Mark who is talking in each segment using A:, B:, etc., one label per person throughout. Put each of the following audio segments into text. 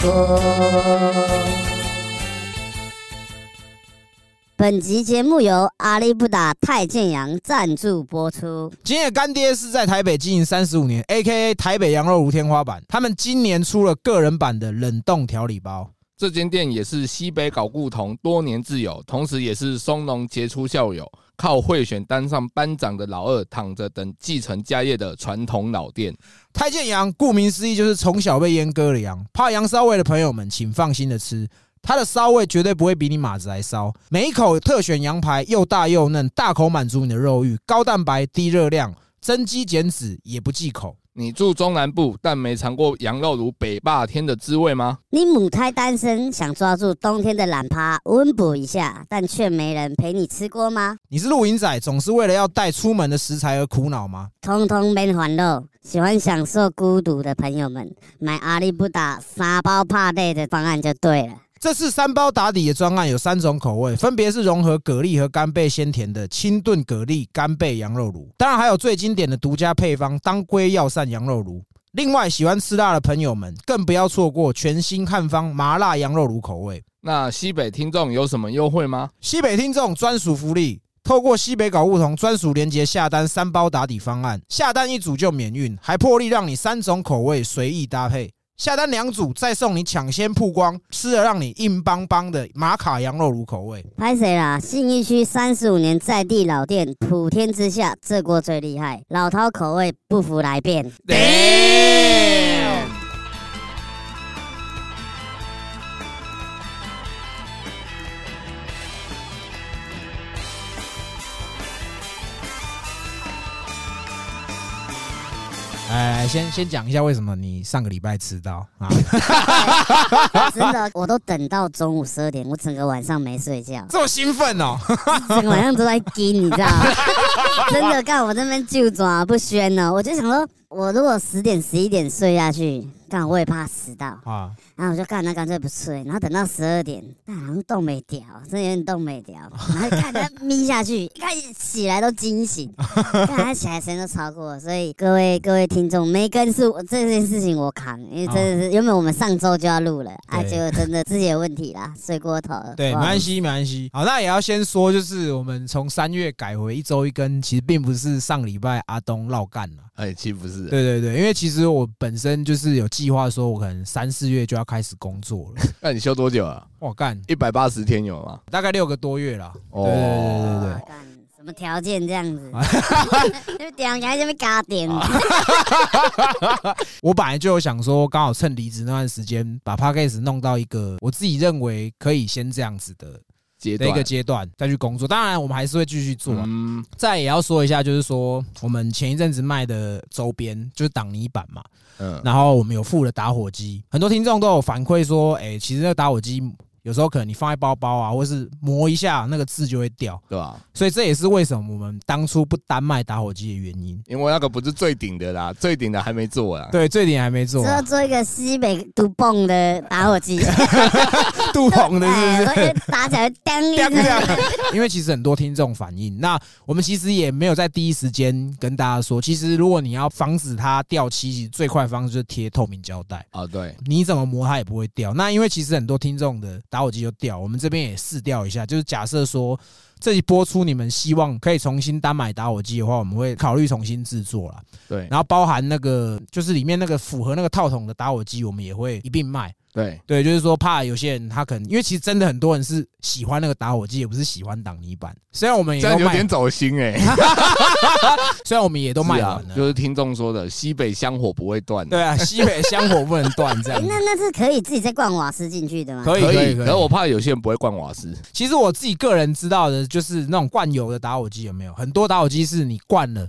A: 播。本集节目由阿里不打太健洋赞助播出。
B: 今天的干爹是在台北经营三十五年，A K A 台北羊肉炉天花板。他们今年出了个人版的冷冻调理包，
C: 这间店也是西北搞固同多年挚友，同时也是松农杰出校友，靠贿选当上班长的老二躺着等继承家业的传统老店。
B: 太健羊，顾名思义就是从小被阉割的羊。怕羊骚味的朋友们，请放心的吃，它的骚味绝对不会比你马子还骚。每一口特选羊排，又大又嫩，大口满足你的肉欲，高蛋白、低热量，增肌减脂也不忌口。
C: 你住中南部，但没尝过羊肉炉北霸天的滋味吗？
A: 你母胎单身，想抓住冬天的懒趴温补一下，但却没人陪你吃锅吗？
B: 你是露营仔，总是为了要带出门的食材而苦恼吗？
A: 通通没还肉。喜欢享受孤独的朋友们，买阿里不打沙包怕累的方案就对了。
B: 这次三包打底的专案有三种口味，分别是融合蛤蜊和干贝鲜甜的清炖蛤蜊干贝羊肉炉，当然还有最经典的独家配方当归药膳羊肉炉。另外，喜欢吃辣的朋友们更不要错过全新汉方麻辣羊肉炉口味。
C: 那西北听众有什么优惠吗？
B: 西北听众专属福利，透过西北搞不同专属连接下单三包打底方案，下单一组就免运，还破例让你三种口味随意搭配。下单两组再送你抢先曝光，吃了让你硬邦邦的玛卡羊肉炉口味。
A: 拍谁啦？信义区三十五年在地老店，普天之下这锅最厉害，老饕口味不服来辩。
C: Damn！
B: 哎，先先讲一下为什么你上个礼拜迟到啊？
A: 真的，我都等到中午十二点，我整个晚上没睡 觉，
B: 这么兴奋哦！
A: 整个晚上都在盯，你知道吗？ 真的，干我这边就抓不宣呢，我就想说，我如果十点十一点睡下去，干我也怕迟到，
B: 啊，
A: 然后我就干，那干脆不睡，然后等到十二点，但好像动没掉，真的有点动没 掉，然后看他眯下去，一看起来都惊醒，看他起来时间都超过了，所以各位各位听众，没跟是我这件事情我扛，因为真的是、原本我们上周就要录了，啊，
B: 对
A: 结果真的自己有问题啦，睡过头了，
B: 对，没
A: 不好
B: 关
A: 意思。
B: 系，没关系。好，那也要先说，就是我们从三月改回一周一更，其实并不是上礼拜阿东绕干了。
C: 哎，其实不是，
B: 对对对，因为其实我本身就是有计划说，我可能三四月就要开始工作 了。
C: 那你休多久啊？
B: 我干，
C: 一百八十天有吗？
B: 大概六个多月了。
C: 哦
B: 对对对对对
A: 哇干什么条件这样 子？就点开这边嘎点，
B: 啊我本来就有想说，刚好趁离职那段时间，把 p a c k a g e 弄到一个我自己认为可以先这样子的
C: 阶
B: 的
C: 段
B: 一个阶段再去工作。当然，我们还是会继续做啊、
C: 嗯，
B: 再也要说一下，就是说我们前一阵子卖的周边就是挡泥板嘛，
C: 嗯，
B: 然后我们有附了打火机，很多听众都有反馈说，哎、其实那个打火机有时候可能你放在包包啊，或是磨一下那个字就会掉，
C: 对吧？
B: 所以这也是为什么我们当初不单卖打火机的原因。
C: 因为那个不是最顶的啦，最顶的还没做啊。
B: 对，这点还没做
A: 之
B: 啊、
A: 后做一个西北独蹦的打火 机，
B: 杜鹏的是不 是？
A: 哎我就打起来当一
B: 这样
A: 声
B: 这样，因为其实很多听众反映，那我们其实也没有在第一时间跟大家说，其实如果你要防止它掉漆，其实最快的方式就是贴透明胶带。
C: 啊，对，
B: 你怎么磨它也不会掉。那因为其实很多听众的打火机就掉，我们这边也试掉一下，就是假设说这一播出，你们希望可以重新单买打火机的话，我们会考虑重新制作啦。
C: 对，
B: 然后包含那个就是里面那个符合那个套筒的打火机，我们也会一并卖。
C: 对，
B: 对，就是说怕有些人他可能，因为其实真的很多人是喜欢那个打火机，也不是喜欢挡泥板。虽然我们也
C: 这
B: 都
C: 样有
B: 卖
C: 点，走心哎。
B: 虽然我们也都卖
C: 是啊
B: 完了，
C: 就是听众说的，西北香火不会断。
B: 对啊，西北香火不能断这
A: 哎
B: 样。
A: 那那是可以自己再灌瓦斯进去的吗？
B: 可以
C: 可
B: 可以可
C: 可是
B: 以
C: 我。怕有些人不会灌瓦斯。
B: 其实我自己个人知道的就是那种灌油的打火机有没有？很多打火机是你灌了，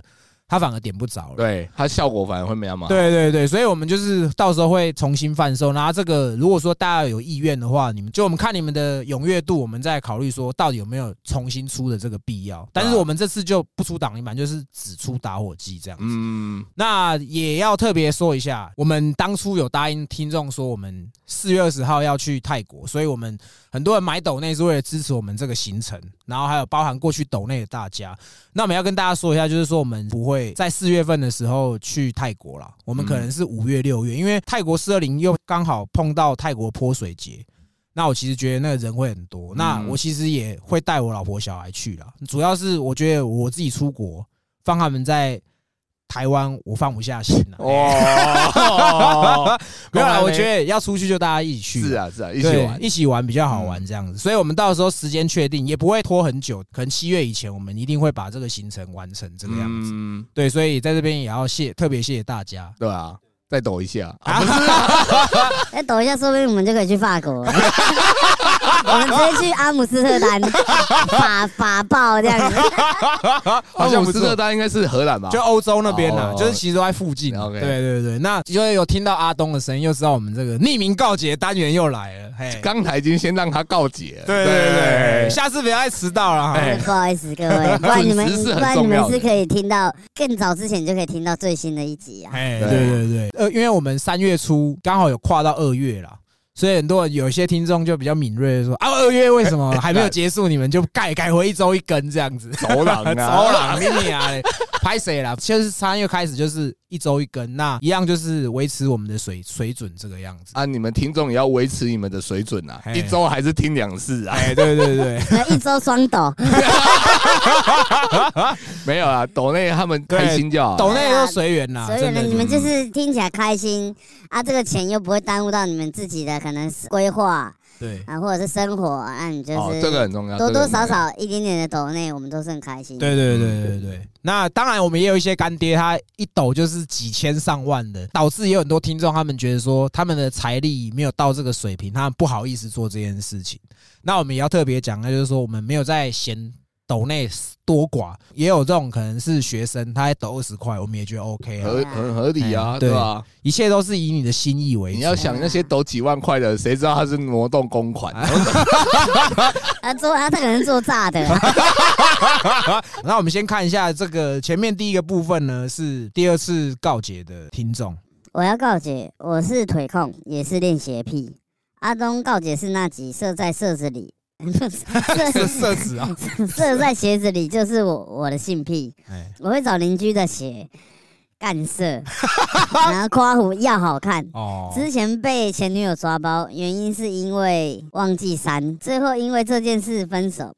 B: 它反而点不着了。
C: 对，它效果反而会没那么好。
B: 对对对，所以我们就是到时候会重新贩售。然后这个如果说大家有意愿的话，你们就我们看你们的踊跃度，我们再考虑说到底有没有重新出的这个必要。但是我们这次就不出挡泥板，就是只出打火机这样子。
C: 嗯，
B: 那也要特别说一下，我们当初有答应听众说，我们四月二十号要去泰国，所以我们很多人买斗内是为了支持我们这个行程。然后还有包含过去抖内的大家。那我们要跟大家说一下，就是说我们不会在四月份的时候去泰国啦，我们可能是五月、六月，因为泰国四二零又刚好碰到泰国泼水节。那我其实觉得那个人会很多，那
C: 嗯
B: 我其实也会带我老婆小孩去啦。主要是我觉得我自己出国放他们在台湾，我放不下心了。 没有
C: 哦，
B: 啦，
C: 公安
B: 我
C: 呢
B: 觉得要出去就大家一起去，
C: 是啊是啊，一起
B: 对
C: 玩。嗯
B: 一起玩比较好玩这样子。所以我们到时候时间确定，也不会拖很久，可能七月以前我们一定会把这个行程完成这个样子。
C: 嗯，
B: 对，所以在这边也要谢，特别谢谢大 家。
C: 对啊，再抖一下，
A: 再哎抖一下，说不定我们就可以去法国。 我们直接去阿姆斯特丹，法法报这样子。
C: 好像
B: 像
C: 姆
B: 不
C: 斯
B: 是
C: 特丹应该是荷兰吧？
B: 就欧洲那边啦
C: 哦，
B: 就是其实都在附近。啊
C: OK
B: 对对对，那因为有听到阿东的声音，又知道我们这个匿名告捷单元又来了。嘿，
C: 刚才已经先让他告解了，
B: 对对对，下次不要再迟到了哈
C: 哎。
A: 不好意思各位，不然你们
C: 准时是
A: 不
C: 很
A: 然你
C: 重要
A: 们
C: 的
A: 是可以听到更早之前就可以听到最新的一集啊。
B: 哎，
C: 对
B: 对对对，呃，因为我们三月初刚好有跨到二月啦。所以很多人有一些听众就比较敏锐，说啊，二月为什么还没有结束？你们就改改回一周一根这样子，
C: 走廊啊
B: 走朗给你 啊，拍谁啦？就是三月开始就是一周一根，那一样就是维持我们的水水准这个样子。
C: 啊，你们听众也要维持你们的水准啊，
B: 嘿
C: 一周还是听两次啊？
B: 哎，对对对，
A: 那一周双抖，
C: 没有啊，抖内他们开心就好 啊。
B: 抖内都随缘
C: 啊
B: 啦，
A: 所以
B: 真
A: 呢，
B: 的
A: 你
C: 嗯
A: 们就是听起来开心啊，这个钱又不会耽误到你们自己的可能是规划
B: 对
A: 啊，或者是生活啊，那你就
C: 哦，
A: 是
C: 这个很重要，
A: 多
C: 这个
A: 多
C: 很重要
A: 少少一点点的抖内，我们都是很开心。
B: 对对对嗯对对。那当然，我们也有一些干爹，他一抖就是几千上万的，导致也有很多听众他们觉得说他们的财力没有到这个水平，他们不好意思做这件事情。那我们也要特别讲，那就是说我们没有在嫌。抖内多寡，也有这种可能是学生，他在抖二十块，我们也觉得 OK 啊。
C: 合很合理啊，
B: 哎
C: 对
B: 对
C: 吧？
B: 一切都是以你的心意为主。
C: 你要 想那些抖几万块的，谁知道他是挪动公款？
A: 啊，做啊，他可能是做炸 的，
B: 那我们先看一下这个前面第一个部分呢，是第二次告解的听众。
A: 我要告解，我是腿控，也是练斜癖。阿东告解是那集射在射子里， 射
B: 色子 啊，
A: 射在鞋子里就是我我的性癖，
B: 哎，
A: 我会找邻居的鞋干射，然后夸虎要好看。
B: 哦，
A: 之前被前女友抓包，原因是因为忘记删，最后因为这件事分手。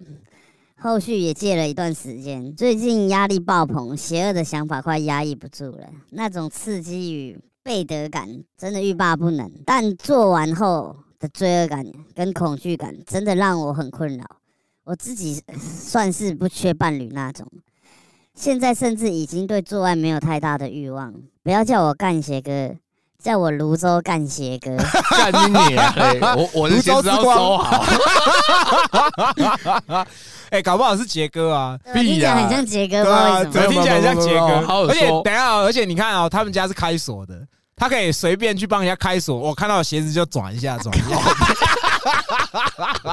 A: 后续也戒了一段时间，最近压力爆棚，邪恶的想法快压抑不住了，那种刺激与被得感真的欲罢不能。但做完后的罪恶感跟恐惧感真的让我很困扰，我自己算是不缺伴侣那种。现在甚至已经对做爱没有太大的欲望，不要叫我干邪哥，叫我泸州干邪 哥，
C: 干你 娘嘞！我我的鞋子要收好，
B: 哎、搞不好是杰哥啊，
A: 听起来很像杰哥，不知
C: 啊
A: 道为什
B: 怎
A: 么。
B: 么听起来很像杰
C: 没有没有没有没
B: 哥？
C: 有好好
B: 而且
C: 说
B: 等一下哦，而且你看哦，他们家是开锁的，他可以随便去帮人家开锁。我看到鞋子就转一下，转一下。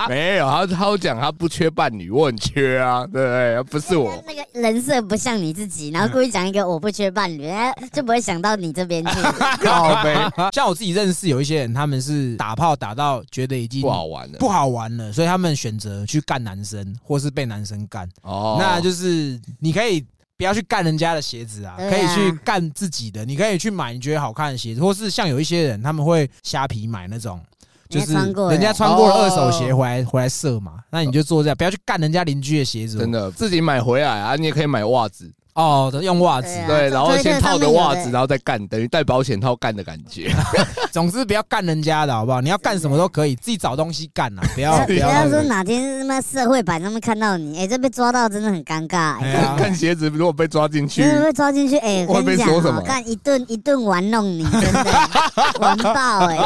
C: 没有，他他讲他不缺伴侣，我很缺啊，对不对？不是我，嗯
A: 那个人设不像你自己，然后故意讲一个我不缺伴侣，哎就不会想到你这 边去。 哦
C: 靠背
B: 像我自己认识有一些人，他们是打炮打到觉得已经
C: 不好玩的
B: 不好玩了，所以他们选择去干男生，或是被男生干。
C: 哦，
B: 那就是你可以不要去干人家的鞋子啊，
A: 对啊
B: 可以去干自己的，你可以去买你觉得好看的鞋子，或是像有一些人他们会虾皮买那种。就
A: 人家
B: 是
A: 穿过的
B: 人家穿过的
C: 哦
B: 二手鞋回来回来射嘛，那你就做这样，不要去干人家邻居的鞋子。
C: 真的自己买回来啊，你也可以买袜子，
B: 哦，用袜子。
A: 对啊
C: 对，
A: 这
C: 然后先套
A: 这
C: 着袜
A: 个上面有
C: 子，
A: 的
C: 然后再干，等于戴保险套干的感觉。
B: 总之不要干人家的好不好？你要干什么都可以，自己找东西干啊，不要
A: 不
B: 不
A: 要
B: 要。
A: 说哪天他妈社会版上面看到你，哎，这被抓到真的很尴尬。哎
B: 哎 呀
C: 看鞋子，如果被抓进去
A: 真，的被抓进去，哎，
C: 会
A: 我跟
C: 被
A: 你讲
C: 说什么
A: 哦，看一顿一顿玩弄你，真 的玩爆哎！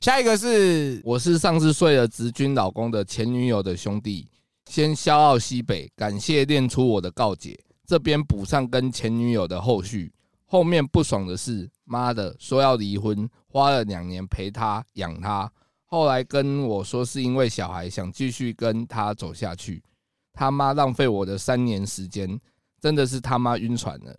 B: 下一个是
C: 我是上次睡了直军老公的前女友的兄弟，先消傲西北，感谢练出我的告解。这边补上跟前女友的后续，后面不爽的是，妈的说要离婚，花了两年陪她养她，后来跟我说是因为小孩想继续跟她走下去，他妈浪费我的三年时间，真的是他妈晕船了。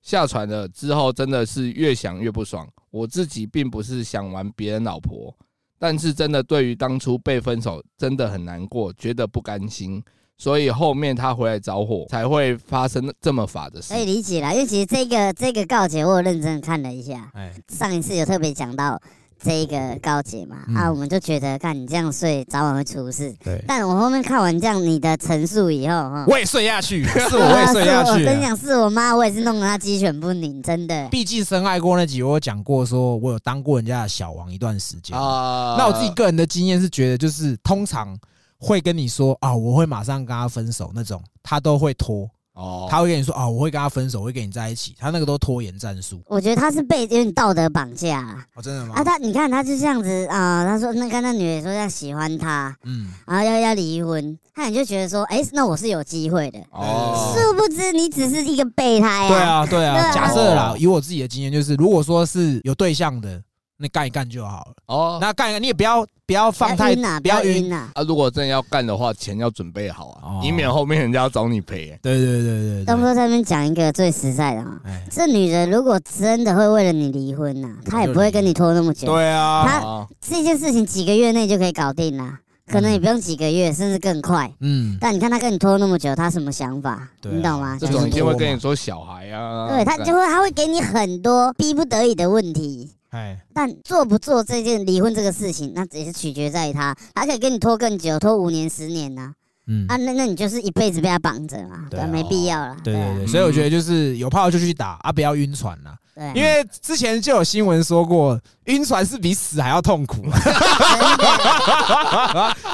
C: 下船了之后，真的是越想越不爽。我自己并不是想玩别人老婆，但是真的对于当初被分手真的很难过，觉得不甘心，所以后面他回来找我才会发生这么法的事
A: 可。以理解啦，因为其实这个这个告解我有认真看了一下，
B: 哎，
A: 上一次有特别讲到这个告解嘛，
B: 嗯
A: 啊，我们就觉得，看你这样睡，早晚会出事。
B: 对，
A: 但我后面看完这样你的陈述以后，哈，
B: 我也睡下去，是我也睡 下
A: 啊是我
B: 去
A: 我跟你
B: 了。
A: 讲，是我妈，我也是弄得她鸡犬不宁，真的。
B: 毕竟深爱过那集，我有讲过，说我有当过人家的小王一段时间。
C: 啊
B: 那我自己个人的经验是觉得，就是通常会跟你说啊，我会马上跟他分手那种，他都会拖，
C: 哦，
B: 他会跟你说啊，我会跟他分手，我会跟你在一起，他那个都拖延战术。
A: 我觉得她是被有点道德绑架啊！
B: 哦，真的吗
A: 啊，？她你看她就这样子啊、她说那看那女的说要喜欢他，
B: 嗯，
A: 然后要要离婚，那你就觉得说，哎、那我是有机会的。
B: 哎
C: 哦，
A: 殊不知你只是一个备胎啊！
B: 对啊，对
A: 对
B: 啊。
A: 啊
B: 假设啦，以我自己的经验，就是如果说是有对象的，那干一干就好了。
C: 哦，那
B: 那干一干，你也不要不要放
A: 不要
B: 太
A: 晕啊，不要晕。啊！
C: 啊，如果真的要干的话，钱要准备好啊
B: 哦，
C: 以免后面人家要找你赔。欸
B: 对对对对
A: 东
B: 对，
A: 哥在那边讲一个最实在的啊，
B: 哎，
A: 这女人如果真的会为了你离婚呐、她也不会跟你拖那么久。
B: 对啊，
A: 他
C: 啊，
A: 这件事情几个月内就可以搞定啦，可能也不用几个月，甚至更快。
B: 嗯，
A: 但你看她跟你拖那么久，她什么想法？
B: 对啊
A: 你懂吗？
C: 这
A: 就
C: 种
A: 是
C: 一定会跟你说小孩啊，
A: 对她就会，她会给你很多逼不得已的问题。
B: 哎，
A: 但做不做这件离婚这个事情，那也是取决在于她。她可以跟你拖更久，拖五年、十年呐、
B: 嗯
A: 啊，，那那你就是一辈子被她绑着嘛，对
B: 对啊
A: 啊，没必要啦。
B: 对对
A: 啊
B: 对，所以我觉得就是有炮就去打啊，不要晕船啦。
A: 对啊，
B: 因为之前就有新闻说过，晕船是比死还要痛 苦、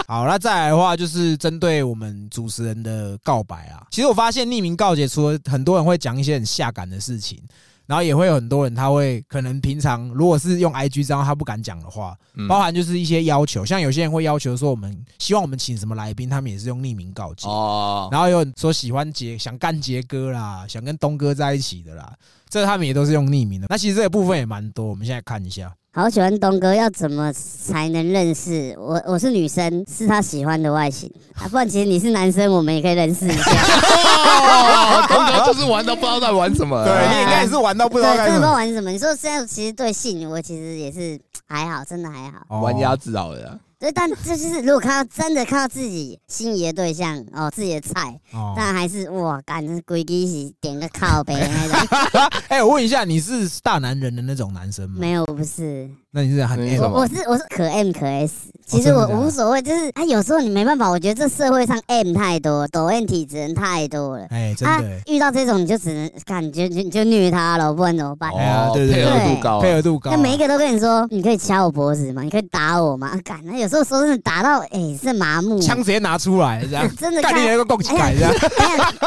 B: 好，那再来的话就是针对我们主持人的告白啊。其实我发现匿名告解，除了很多人会讲一些很下感的事情，然后也会有很多人他会可能平常如果是用 IG 账号他不敢讲的话，
C: 嗯
B: 包含就是一些要求，像有些人会要求说我们希望我们请什么来宾，他们也是用匿名告解。
C: 哦，
B: 然后有人说喜欢杰，想干杰哥啦，想跟东哥在一起的啦，这他们也都是用匿名的。那其实这个部分也蛮多，我们现在看一下。
A: 好喜欢东哥，要怎么才能认识我？我是女生，是他喜欢的外形啊，不然其实你是男生，我们也可以认识一下。
C: 哦东哥就是玩都不知道在玩什么。
A: 对你也应该也
B: 是玩到不
A: 对，真的不知道玩什么。你说现在其实对性，我其实也是还好，真的还好。
B: 么哦
C: 玩鸭。子好了啦。
A: 所以，但 这就是如果看到真的看到自己心仪的对象哦，自己的菜，
B: 哦
A: 但还是哇，感觉鬼机是点个靠背那种。
B: 哎，我问一下，你是大男人的那种男生吗？
A: 没有，我不是，
B: 那你是很
C: 你
B: M
C: 什
A: 我
C: 么
A: 我是我是可 M 可 S。其实我
B: 哦真的假的
A: 我无所谓，就是啊，有时候你没办法，我觉得这社会上 M 太多，抖 M 体质人太多了。
B: 哎，真
A: 啊
B: 的欸，
A: 遇到这种你就只能感觉就就虐他了，不然怎么办？
B: 哎呀
C: 哦，
B: 对对
C: 配
B: 对
C: 合度高啊，
B: 配合度高啊
A: 那。每一个都跟你说，你可以掐我脖子吗？ 你可以打我吗？啊，干，那有时候说真的打到，哎，是麻木。
B: 枪直接拿出来， 这样
A: 真的
B: 干
A: 看，
B: 你
A: 哎
B: 那个供给改 这样
A: 呀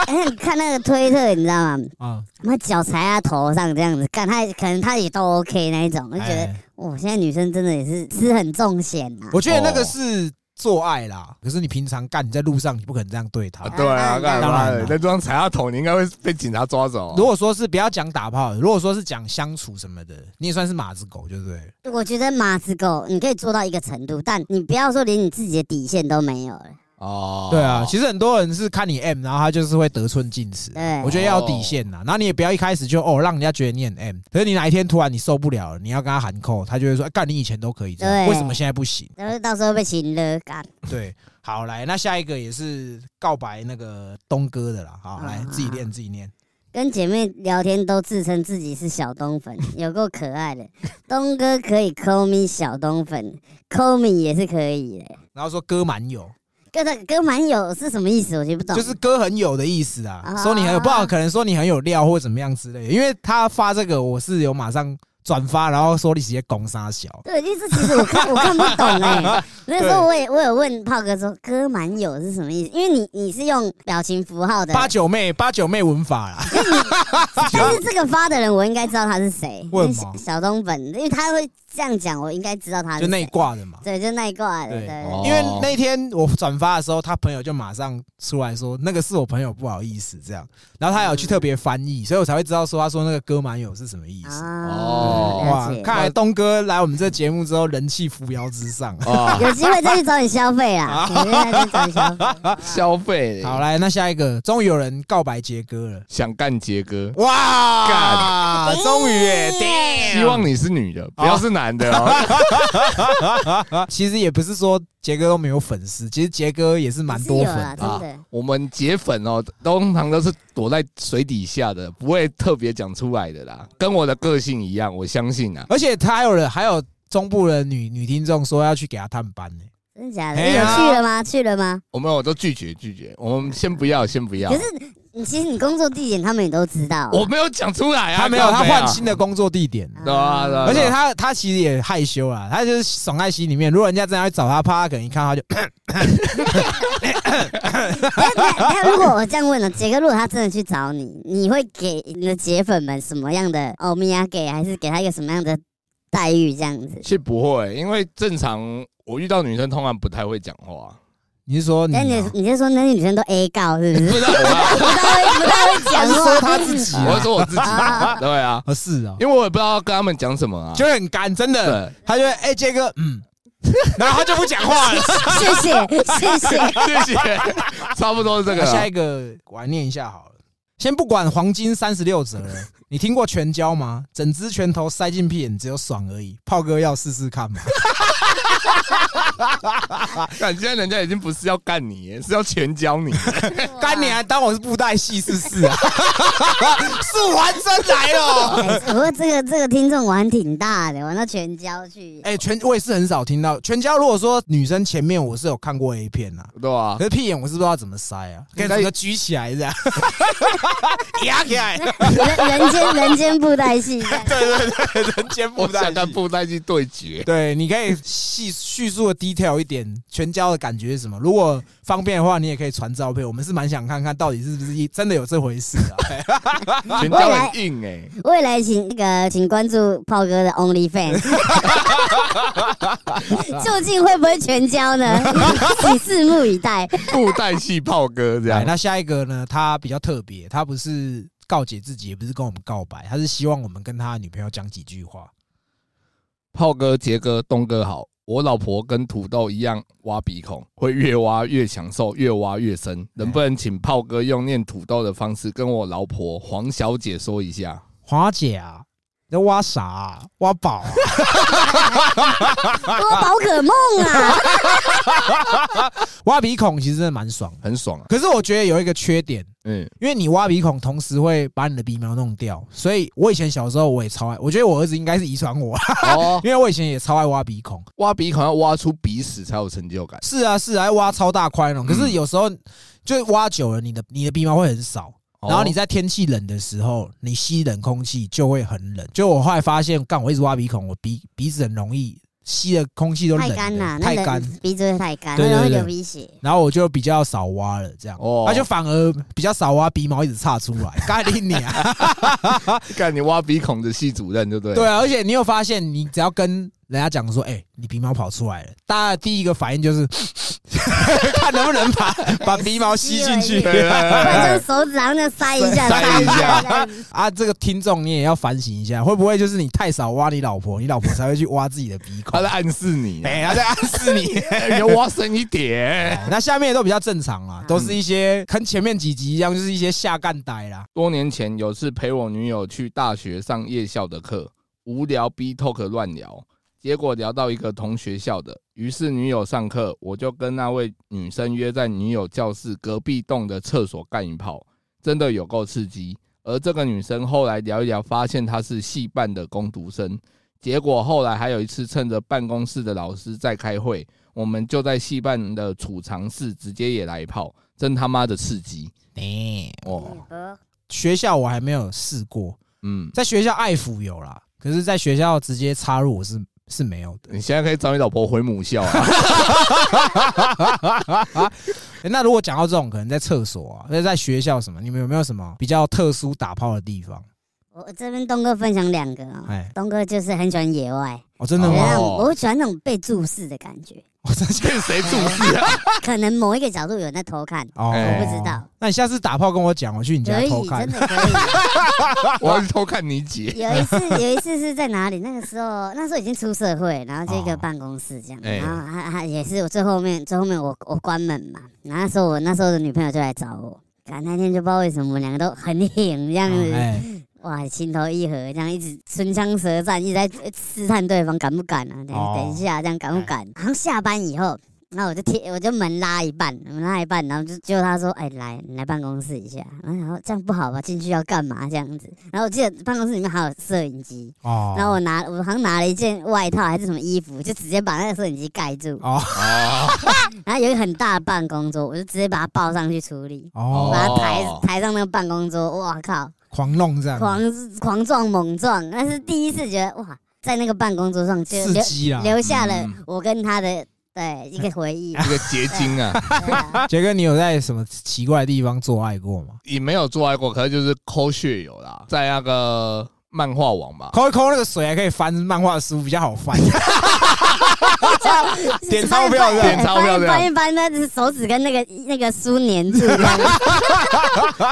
A: 哎呀，看那个推特，你知道吗？
B: 啊？
A: 那脚踩在他头上这样子，干他可能他也都 OK 那一种，我就觉得，
B: 哎
A: 哇，现在女生真的也是吃很重险啊呐。
B: 我觉得那个是做爱啦，可是你平常干你在路上你不可能这样对他
C: 啊。对啊，
A: 当然
C: 干嘛
B: 当然
C: 的？那装踩到头，你应该会被警察抓
A: 哦
C: 走。
B: 如果说是不要讲打炮，如果说是讲相处什么的，你也算是马子狗，对不对？
A: 我觉得马子狗你可以做到一个程度，但你不要说连你自己的底线都没有了。
C: 哦，
B: 对啊，其实很多人是看你 M，然后他就是会得寸进尺。
A: 对
B: 我觉得要有底线
A: 哦
B: 呐，然后你也不要一开始就哦让人家觉得你很 M，可是你哪一天突然你受不了了，你要跟他喊扣，他就会说哎干你以前都可以这样，
A: 对
B: 为什么现在不行？
A: 然后到时候被请了，干。
B: 对，好来，那下一个也是告白那个东哥的啦，好来
A: 啊
B: 自己念自己念，
A: 跟姐妹聊天都自称自己是小东粉， 有够可爱的。东哥可以 call me 小东粉，call me 也是可以的。
B: 然后说哥蛮友，
A: 哥的哥蛮有是什么意思？我就不懂。
B: 就是哥很有的意思啊，
A: 啊
B: 说你很有，不好可能说你很有料或怎么样之类的，因为他发这个我是有马上转发，然后说你直接拱杀小，
A: 对，就是其实我看我看不懂哎、那时候我也我有问炮哥说哥蛮有是什么意思，因为你你是用表情符号的，
B: 八九妹八九妹文法啦，
A: 但是这个发的人我应该知道他是谁，
B: 啊为
A: 因
B: 什么
A: 小小东粉，因为他会这样讲，我应该知道他是
B: 就那一
A: 谁。
B: 挂的嘛。
A: 啊对，就那一挂的，
B: 对
A: 对对
C: 哦
B: 因为那天我转发的时候，他朋友就马上出来说那个是我朋友，不好意思这样。然后他有去特别翻译，所以我才会知道说他说那个哥蛮友是什么意思。
C: 哦
A: 啊，
B: 哇
A: 了，解。
B: 看来东哥来我们这节目之后，人气扶摇直上。
C: 啊，
A: 有机会再去找你消费 啦，有机会再去找你消费。
C: 消费
B: 好，来，那下一个，终于有人告白杰哥了。
C: 想干烂杰哥，
B: 哇，终于耶，damn！
C: 希望你是女的，不要是男的哦。
B: 其实也不是说杰哥都没有粉丝，其实杰哥也是 蛮多
A: 是有啦
B: 粉啊的。
A: 真的。
C: 我们解粉哦，通常都是躲在水底下的，不会特别讲出来的啦，跟我的个性一样，我相信啊。
B: 而且他还有人，还有中部的女女听众说要去给他探班呢。
A: 真的假的？
B: 哎
A: 你有
B: 呀
A: 去了吗？去了吗？
C: 我们我都拒绝拒绝，我们先不要先不要
A: 可，是你其实你工作地点他们也都知道啊、
C: 我没有讲出来啊，
B: 哎他没有，他
C: 靠北啊
B: 换新的工作地点，
A: 啊
C: 对 啊，对啊
B: 而且他他其实也害羞啊，他就是爽在心里面。如果人家真的要找他，怕他可能一看他就
A: 但但但如果我这样问了，杰哥，如果他真的去找你，你会给你的杰粉们什么样的欧米亚给，还是给他一个什么样的待遇？这样子？
C: 是不会，因为正常我遇到女生通常不太会讲 话，
B: 你是说你
A: 那
B: 啊，
A: 你你是说那些女生都 A 告是不是？
C: 不知道我啊
A: 不太会不太会
B: 还
A: 讲
B: 是说 他
A: 话，
B: 自己啊？
C: 我会说我自己， 对啊，
B: 哦是啊，
C: 因为我也不知道跟他们讲什么啊，
B: 就很干，真的。
C: 对，
B: 他就会哎杰哥， 嗯，然后他就不讲话了。
A: 谢谢谢谢。
C: 谢 谢，差不多是这个
B: 那下一
C: 了。
B: 个我来念一下好了。先不管黄金三十六折 了，你听过全胶吗？整只拳头塞进屁眼只有爽而已。炮哥要试试看吗？
C: 感现在人家已经不是要干你耶，是要全教你。
B: 干你还当我是布袋戏是不是 啊？是完真来哦了。
A: 哎不过这个这个听众玩挺大的，玩到全郊去。
B: 哎、全我也是很少听到全胶。如果说女生前面我是有看过 A 片啊，
C: 对啊
B: 可，是屁眼我是不知道怎么塞啊，可以
C: 应该
B: 整个举起来 这样，压起 来，
A: 人人间人间布袋戏这样，
B: 人间 布
C: 我
B: 袋
C: 想跟
B: 戏。
C: 布袋去 对决。
B: 对，你可以细叙述的 detail 一点，全胶的感觉是什么？如果方便的话，你也可以传照片，我们是蛮想看看到底是不是一真的有这回事啊？
C: 全教很硬哎，
A: 未来请那个请关注炮哥的 Only Fan，究竟会不会全交呢？请拭目以待。
C: 布袋戏炮哥这
B: 哎
C: 样。
B: 那下一个呢？他比较特别，他不是告解自己，也不是跟我们告白，他是希望我们跟他的女朋友讲几句话。
C: 炮哥、杰哥、东哥好，我老婆跟土豆一样挖鼻孔， 会越挖越享受，越挖越深。能不能请炮哥用念土豆的方式跟我老婆黄小姐说一下？
B: 华姐啊，你在挖啥、啊？挖宝、啊？
A: 多宝可梦啊！
B: 挖鼻孔其实真的蛮爽的，
C: 很爽啊，
B: 可是我觉得有一个缺点，
C: 嗯，
B: 因为你挖鼻孔，同时会把你的鼻苗弄掉，所以我以前小时候我也超爱，我觉得我儿子应该是遗传我，
C: 哦，
B: 因为我以前也超爱挖鼻孔。
C: 挖鼻孔要挖出鼻屎才有成就感，
B: 是啊，是啊，要挖超大块那
C: 嗯
B: 种。可是有时候就挖久了，你的你的鼻毛会很少，然后你
C: 再
B: 在天气冷的时候，你吸冷空气就会很冷。就我后来发现，干我一直挖鼻孔，我鼻鼻子很容易吸的空气都冷
A: 太
B: 了
A: 干了，那
B: 太
A: 人
B: 干。
A: 鼻子会太干，
B: 对
A: 很
B: 对
A: 容易
B: 对
A: 流鼻血。
B: 然后我就比较少挖了，这样，
C: 哦
B: 那就反而比较少挖，鼻毛一直岔出 来，干你你啊！
C: 干你挖鼻孔的系主任，对不对？
B: 对，啊，而且你有发现，你只要跟人家讲说，哎、你鼻毛跑出来了，大家第一个反应就是 看能不能把把鼻毛吸进
A: 吸
B: 去
A: 回
C: 对
A: 不
B: 哎
A: 然就手指上那塞一下，
C: 塞一下
A: 下。
B: 啊！这个听众你也要反省一下，会不会就是你太少挖你老婆，你老婆才会去挖自己的鼻孔
C: 他？在暗示你，哎
B: 哎，他在暗示你。
C: 你要挖深一点。
B: 那下面都比较正常啦，都是一些跟前面几集一样，就是一些下干呆啦。
C: 多年前有次陪我女友去大学上夜校的课，无聊 B talk 乱聊，结果聊到一个同学校的，于是女友上课，我就跟那位女生约在女友教室隔壁栋的厕所干一炮，真的有够刺激。而这个女生后来聊一聊，发现她是系办的工读生，结果后来还有一次趁着办公室的老师在开会，我们就在系办的储藏室直接也来一炮，真他妈的刺激
B: 哎，
C: 哦，
B: 学校我还没有试过，
C: 嗯。
B: 在学校爱抚有啦，可是在学校直接插入我是是没有的。
C: 你现在可以找你老婆回母校啊！
B: 欸那如果讲到这种，可能在厕所啊，那在学校什么，你们有没有什么比较特殊打炮的地方？
A: 我这边东哥分享两个啊
B: 哎，
A: 东哥就是很喜欢野外，
B: 哦，真
A: 我
B: 的
A: 觉得
B: 吗
A: 那？
C: 哦
A: 种我会喜欢那种被注视的感觉，
B: 我真
C: 被谁注视啊？
A: 可能某一个角度有人在偷看，
B: 哦，
C: 哎
A: 我不知道。
B: 那你下次打炮跟我讲，我去你家
A: 可以
B: 偷看
A: 真。的可以。
C: 我要去偷看你 姐。
A: 有一次，有一次是在哪里？那个时候，那时候已经出社会，然后就一
B: 哦
A: 个办公室这样，
C: 哎
A: 然后他他也是我最后面，最后面我我关门嘛，然后那时候我那时候的女朋友就来找我，干那天就不知道为什么我们两个都很 挺这样子，
B: 哎，
A: 哇，情投意合，这样一直唇枪舌战，一直在试探对方敢不敢啊？等、
B: 哦哎
A: 等一下，这样敢不敢？然后下班以后，那我就贴，我就门拉一半，门拉一半，然后就就他说，哎、来，你来办公室一下。然后这样不好吧？进去要干嘛？这样子。然后我记得办公室里面还有摄影机，
B: 哦，
A: 然后我拿，我好像拿了一件外套还是什么衣服，就直接把那个摄影机盖住。
B: 哦
C: 啊，
A: 然后有一个很大的办公桌，我就直接把它抱上去处理。
B: 哦，
A: 把它抬
C: 哦
A: 抬上那个办公桌，哇靠！
B: 狂弄这样，
A: 狂狂撞猛撞，那是第一次觉得哇，在那个办公桌上就
B: 刺
A: 留
B: 激啊啦。
A: 留下了
C: 嗯
A: 我跟他的对一个回 忆。
C: 一个结晶啊，
A: 对啊
B: 杰哥，你有在什么奇怪的地方做爱过吗？
C: 也没有做爱过，可是就是抠血友啦，在那个漫画 网吧，
B: 抠一抠那个水还可以翻漫画书，比较好翻。点钞票这样
A: 翻一翻
C: 点钞票这样
A: 翻一翻，那只手指跟那个那个书粘住这样，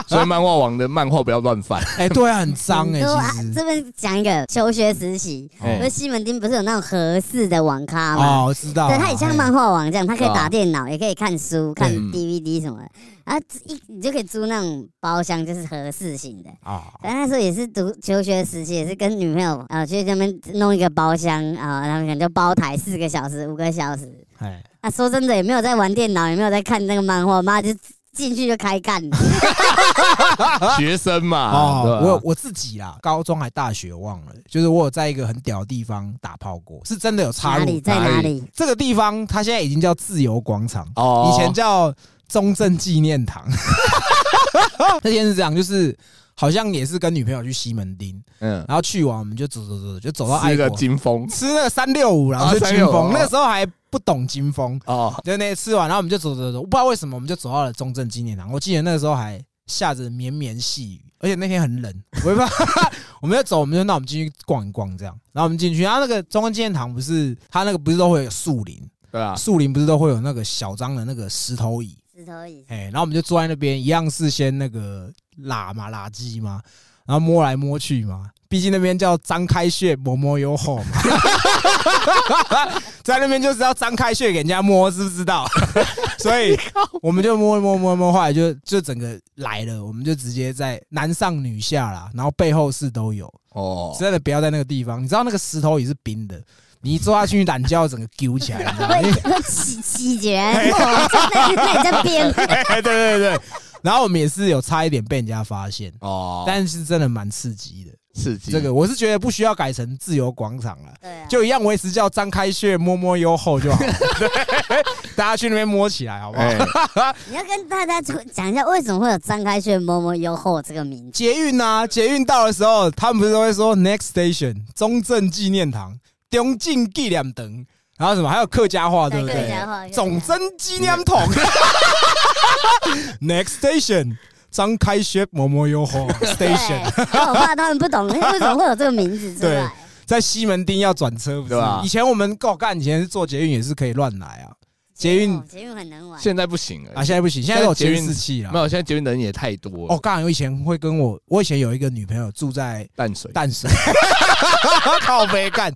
C: 所以漫画网的漫画不要乱翻。
B: 哎，对啊，很 脏哎，
A: 很多啊
B: 其实。
A: 这边讲一个求学时期，
B: 哎
C: 嗯
A: 不是西门町不是有那种合适的网咖吗？
B: 哦，我知道了。
A: 啊对，它也像漫画网这样，它可以
C: 啊
A: 打电脑，也可以看书、看
C: 嗯
A: DVD 什么的。然后一你就可以租那种包厢，就是合适型的。
B: 啊，
A: 反正那时候也是读求学时期，也是跟女朋友啊、呃去那边弄一个包厢啊、然后可能就包台四个小时、五个小时。
B: 哎，
A: 啊，说真的，也没有在玩电脑，也没有在看那个漫画，妈就进去就开干。
C: 学生嘛，对
B: 哦
C: 吧，
B: 我我自己啦，高中还大学忘了，就是我有在一个很屌的地方打炮过，是真的有插
A: 哪里
B: 入。
A: 在
C: 哪
A: 哪
C: 里
A: 里？
B: 这个地方它现在已经叫自由广场，
C: 哦
B: 以前叫中正纪念 堂。那天是这样，就是好像也是跟女朋友去西门町，
C: 嗯，
B: 然后去完我们就走走走，就走到啊爱
C: 吃个
B: 国，
C: 金风
B: 吃那个三六五，然后
C: 啊
B: 就金
C: 365
B: 峰
C: 哦。
B: 那时候还不懂金峰，
C: 哦，
B: 就那吃完，然后我们就走走走，我不知道为什么我们就走到了中正纪念堂。我记得那个时候还下着绵绵细雨，而且那天很冷，我也不知道。 我们就走，我们就那我们进去逛一逛这样。然后我们进去，然后那个中正纪念堂不是它那个不是都会有树林，
C: 对啊，
B: 树林不是都会有那个小张的那个石头椅，
A: 石头椅。
B: 哎、然后我们就坐在那边，一样是先那个拉嘛拉鸡嘛，然后摸来摸去嘛，毕竟那边叫张开穴摸摸有吼嘛， 在那边就是要张开穴给人家摸，知不知道？ 所以我们就摸一摸摸一摸，后来就就整个来了，我们就直接在男上女下啦，然后背后是都有，
C: 哦，
B: 真的不要在那个地方，你知道那个石头也是冰的，你一坐下去懒觉要整个揪起来，你知道吗？因为
A: 会起起节，哦真的那你在编，
B: 哎，对对对对。然后我们也是有差一点被人家发现，
C: 哦，
B: 但是真的蛮刺激的。
C: 刺激
B: 这个我是觉得不需要改成自由广场了，
A: 对啊，
B: 就一样维持叫张开穴摸摸优后就好 了。对大家去那边摸起来好不好？
C: 哎，
A: 你要跟大家讲一下为什么会有张开炫摸摸优厚这个名字。
B: 捷运啊，捷运到的时候，他们不是都会说 next station 中正纪念堂、中正纪念堂，然后什么还有客家话，啊对不
A: 客
B: 对？
A: 家话客家话
B: 总真纪念 堂 next station 张开穴摸摸优后 station。
A: 对， 我怕他们不懂 为什么会有这个名字出来。
B: 在西门町要转车，不是
C: 对吧
B: 以前我们够干，以前是坐捷运也是可以乱来啊。捷运
A: 哦捷运很能玩。
C: 现在不行了
B: 啊，现在不行，现在都有监视器
C: 没
B: 了。
C: 有，现在捷运人也太多
B: 哦，
C: 了，
B: 干，我以前会跟我，我以前有一个女朋友住在
C: 淡水
B: 淡 水，靠北干，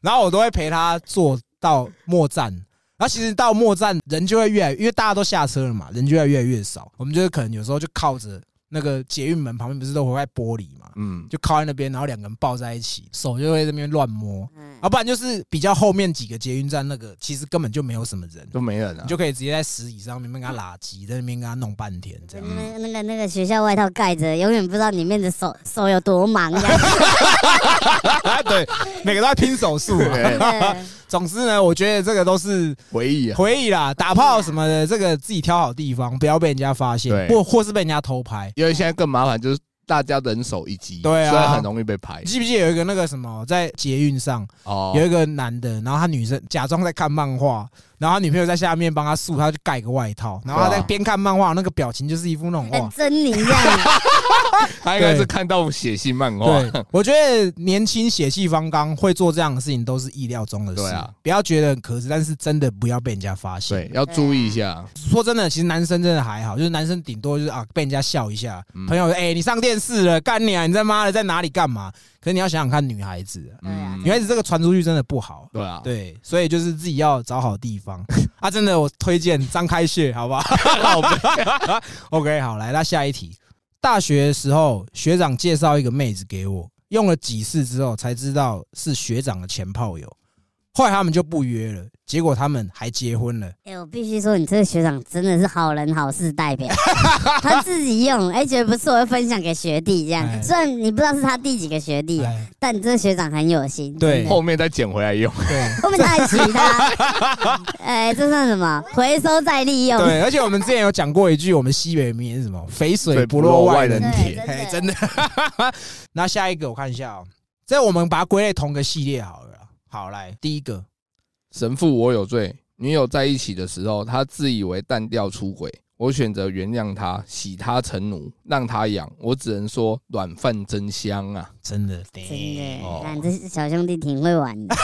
B: 然后我都会陪她坐到末站。然后其实到末站人就会越来，因为大家都下车了嘛，人就会越来越少。我们就是可能有时候就靠着那个捷运门旁边不是都会有块玻璃嘛，
C: 嗯，
B: 就靠在那边，然后两个人抱在一起，手就会在那边乱摸。
A: 嗯
B: 啊，不然就是比较后面几个捷运站那个，其实根本就没有什么人，
C: 都没人了
B: 你，就可以直接在石椅上面跟他拉鸡，在那边跟他弄半天这样。
A: 那个那个那个学校外套盖着，永远不知道里面的手手有多忙。这 样
B: 对，每个都在拼手速、啊。
C: 啊对
A: 对
B: 总之呢，我觉得这个都是
C: 回忆啊，
B: 回忆啦，打炮什么的，这个自己挑好地方，不要被人家发现，
C: 对
B: 或或是被人家偷拍。
C: 因为现在更麻烦，就是大家人手一机，
B: 对啊
C: 所以很容易被拍
B: 你。记不记得有一个那个什么，在捷运上
C: 哦，
B: 有一个男的，然后他女生假装在看漫画，然后他女朋友在下面帮他束，他就盖个外套，然后他在
C: 哇
B: 边看漫画，那个表情就是一副那种哇
A: 很，狰狞这样。啊
C: 他应该是看到血腥漫画，
B: 对，我觉得年轻血气方刚会做这样的事情都是意料中的事，
C: 对啊
B: 不要觉得很可耻，但是真的不要被人家发现
C: 对，。要注意一下。
B: 说真的，其实男生真的还好，就是男生顶多就是啊被人家笑一下，
C: 嗯
B: 朋友哎、你上电视了，干你啊，你在妈的在哪里干嘛？所以你要想想看，女孩子，
A: 对啊
C: 嗯
B: 女孩子这个传出去真的不好。
C: 对啊，
B: 对，所以就是自己要找好地方 啊！真的，我推荐张开穴，好不 好
C: 靠背
B: ？OK，好，来，那下一题。大学的时候，学长介绍一个妹子给我，用了几次之后才知道是学长的前炮友，后来他们就不约了，结果他们还结婚了。
A: 哎、我必须说，你这个学长真的是好人好事代表， 他自己用，哎、觉得不错，会分享给学弟这
B: 哎
A: 样。虽然你不知道是他第几个学弟啊，
B: 哎
A: 但你这个学长很有心。
B: 对
A: 真的
C: 后面再捡回来用。
B: 对，
A: 后面他还娶她， 哎、这算什么？回收再利用。
B: 对，而且我们之前有讲过一句，我们西北名言是什么？肥水
C: 水
B: 不
C: 不
B: 落
C: 落
B: 外
C: 外
B: 人
C: 人
B: 田
C: 田。
A: 对
B: 嘿真
A: 真
B: 的。 那下一个我看一下哦，这我们把它归类同个系列好了啦。好，来第一个，
C: 神父，我有罪。女友在一起的时候，他自以为淡掉出轨，我选择原谅他，洗他成奴，让他养。我只能说，软饭真 香啊，
B: 真的，
A: 真的，
C: 哦
A: 看这小兄弟挺会玩的。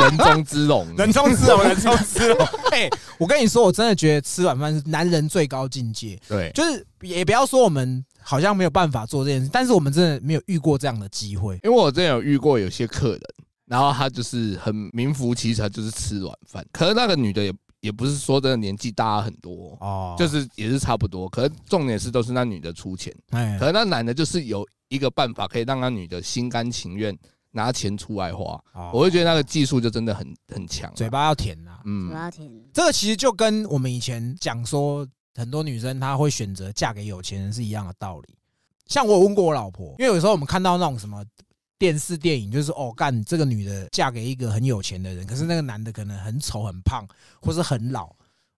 C: 人中之龙啊
B: 。人中之
C: 哦
B: 龙，人中之龙。 哎，我跟你说，我真的觉得吃软饭是男人最高境界，
C: 对，
B: 就是也不要说我们好像没有办法做这件事，但是我们真的没有遇过这样的机会。
C: 因为我之前有遇过有些客人，然后他就是很名副其实，他就是吃软饭。可是那个女的也也不是说真的年纪大很多，
B: 哦，
C: 就是也是差不多。可是重点是都是那女的出钱，
B: 哎
C: 可，是那男的就是有一个办法可以让那女的心甘情愿拿钱出来花。
B: 哦
C: 我会觉得那个技术就真的很很强啊、
B: 嘴巴要甜呐。
A: 我
C: 嗯，
A: 要挺
B: 这个其实就跟我们以前讲说，很多女生她会选择嫁给有钱人是一样的道理。像我有问过我老婆，因为有时候我们看到那种什么电视电影，就是哦，干这个女的嫁给一个很有钱的人，可是那个男的可能很丑、很胖，或是很老。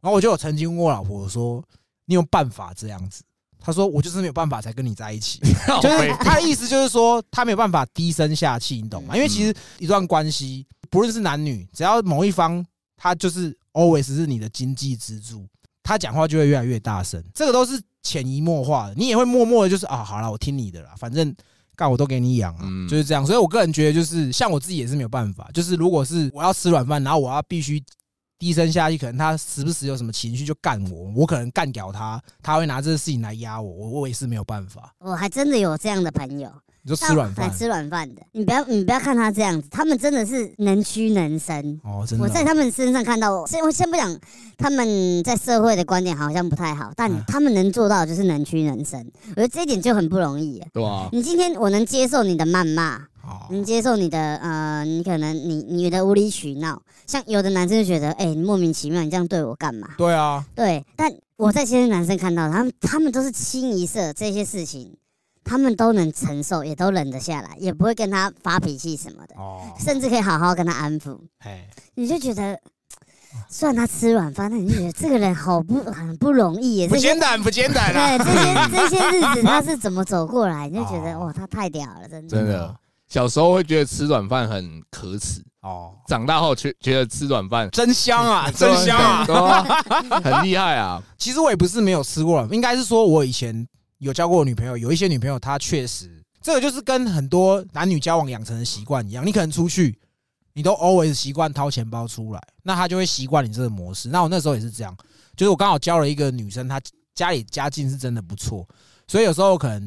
B: 然后我就有曾经问我老婆说：“你有办法这样子？”她说：“我就是没有办法才跟你在一起。”
C: 啊
B: 就是他的意思就是说，他没有办法低声下气，你懂吗？因为其实一段关系，不论是男女，只要某一方他就是 always 是你的经济支柱，他讲话就会越来越大声，这个都是潜移默化的，你也会默默的，就是啊，好了，我听你的啦，反正。干我都给你养啊，
C: 嗯
B: 就是这样。所以我个人觉得，就是像我自己也是没有办法，就是如果是我要吃软饭，然后我要必须低声下气，可能他时不时有什么情绪就干我，我可能干掉他，他会拿这个事情来压我，我我也是没有办法。
A: 我还真的有这样的朋友，
B: 你就吃软饭
A: 来，吃软饭的。你不要，你不要看他这样子，他们真的是能屈能伸。
B: 哦，真的
A: 我
B: 哦、
A: 在他们身上看到，先我先不讲他们在社会的观点好像不太好，但
B: 嗯
A: 他们能做到的就是能屈能伸，我觉得这一点就很不容易了。
C: 对啊吧？
A: 你今天我能接受你的谩骂，能
B: 哦，
A: 接受你的呃，你可能你你的无理取闹，像有的男生就觉得，哎、你莫名其妙，你这样对我干嘛？
B: 对啊，
A: 对，但我在现在男生看到他们，他们都是清一色这些事情，他们都能承受，也都忍得下来，也不会跟他发脾气什么的，
B: 哦，
A: 甚至可以好好跟他安抚。
B: 哎，
A: 你就觉得，虽然他吃软饭，但你就觉得这个人好不很不容易耶。
B: 不
A: 这些
B: 简单，不简单啊，
A: 对这 些这些日子他是怎么走过来，你就觉得
B: 哦
A: 哇，他太屌了， 真的。
C: 真的，小时候会觉得吃软饭很可耻，
B: 哦，
C: 长大后觉觉得吃软饭
B: 真香啊，真香啊！
C: 对啊很厉害啊。
B: 其实我也不是没有吃过，应该是说我以前有交过女朋友，有一些女朋友她确实，这个就是跟很多男女交往养成的习惯一样，你可能出去，你都 always 习惯掏钱包出来，那她就会习惯你这个模式。那我那时候也是这样，就是我刚好交了一个女生，她家里家境是真的不错，所以有时候可能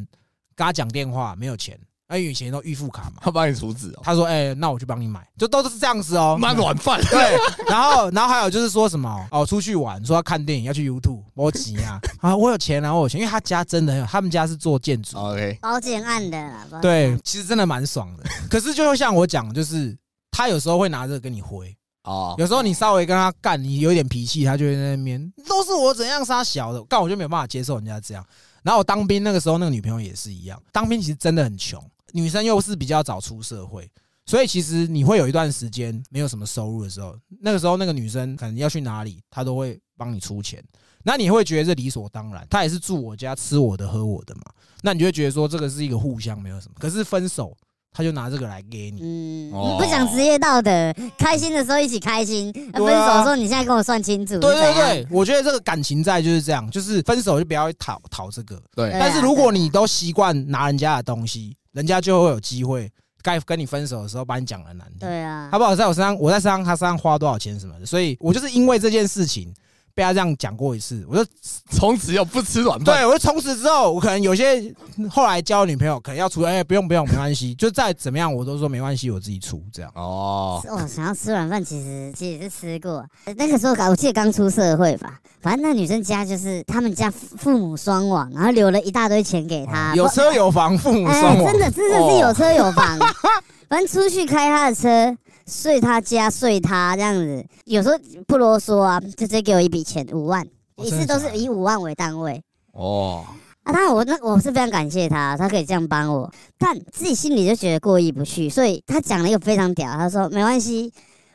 B: 跟她讲电话没有钱，那因为以前都预付卡嘛。
C: 他帮你处置哦，
B: 他说：“哎、那我去帮你买，就都是这样子哦。
C: 妈软饭，
B: 对， 然后然后还有就是说什么哦，出去玩说要看电影要去 YouTube，我急啊 啊，我有钱啊，我有钱，因为他家真的很有，他们家是做建筑，
C: OK，
A: 保险案的啦，保险
B: 对，其实真的蛮爽的。可是就像我讲，就是他有时候会拿着跟你挥，
C: 哦，
B: 有时候你稍微跟他干，你有一点脾气，他就会在那边都是我怎样杀小的，干我就没有办法接受人家这样。然后我当兵那个时候，那个女朋友也是一样，当兵其实真的很穷，女生又是比较早出社会，所以其实你会有一段时间没有什么收入的时候，那个时候那个女生可能要去哪里，她都会帮你出钱，那你会觉得这理所当然，她也是住我家、吃我的、喝我的嘛，那你就会觉得说这个是一个互相没有什么，可是分手她就拿这个来给你，
A: 嗯，
C: 哦
A: 不讲职业道德，开心的时候一起开心，分手
B: 对啊
A: 的时候你现在跟我算清楚，
B: 对
A: 是怎
B: 对
A: 样，
B: 对，我觉得这个感情在就是这样，就是分手就不要讨讨这个。
A: 对
C: 对
A: 啊
B: 但是如果你都习惯拿人家的东西，人家就会有机会该跟你分手的时候把你讲的难听。
A: 对啊
B: 他，不好在我身上，我在身上他身上花多少钱什么的，所以我就是因为这件事情被他这样讲过一次，我就
C: 从此又不吃软饭。
B: 对我就从此之后，我可能有些后来交女朋友，可能要出，哎、不用不用，没关系，就再怎么样我都说没关系，我自己出这样。
C: 哦，
A: 我想要吃软饭，其实其实是吃过。那个时候，我记得刚出社会吧，反正那女生家就是他们家父父母双亡，然后留了一大堆钱给她。
B: 哦有
A: 不
B: 车有房，父母
A: 哎，
B: 双亡
A: 真，的真的
C: 哦
A: 是有车有 房，反正出去开他的车，睡他家，睡他这样子，有时候不啰嗦啊，就直接给我一笔钱五万，
B: 哦
A: 一
B: 真的
A: 次都
B: 假
A: 是
B: 的
A: 以五万为单位。
C: 哦，
A: 啊，当然我那我是非常感谢他，他可以这样帮我，但自己心里就觉得过意不去，所以他讲了一个非常屌，他说没关系。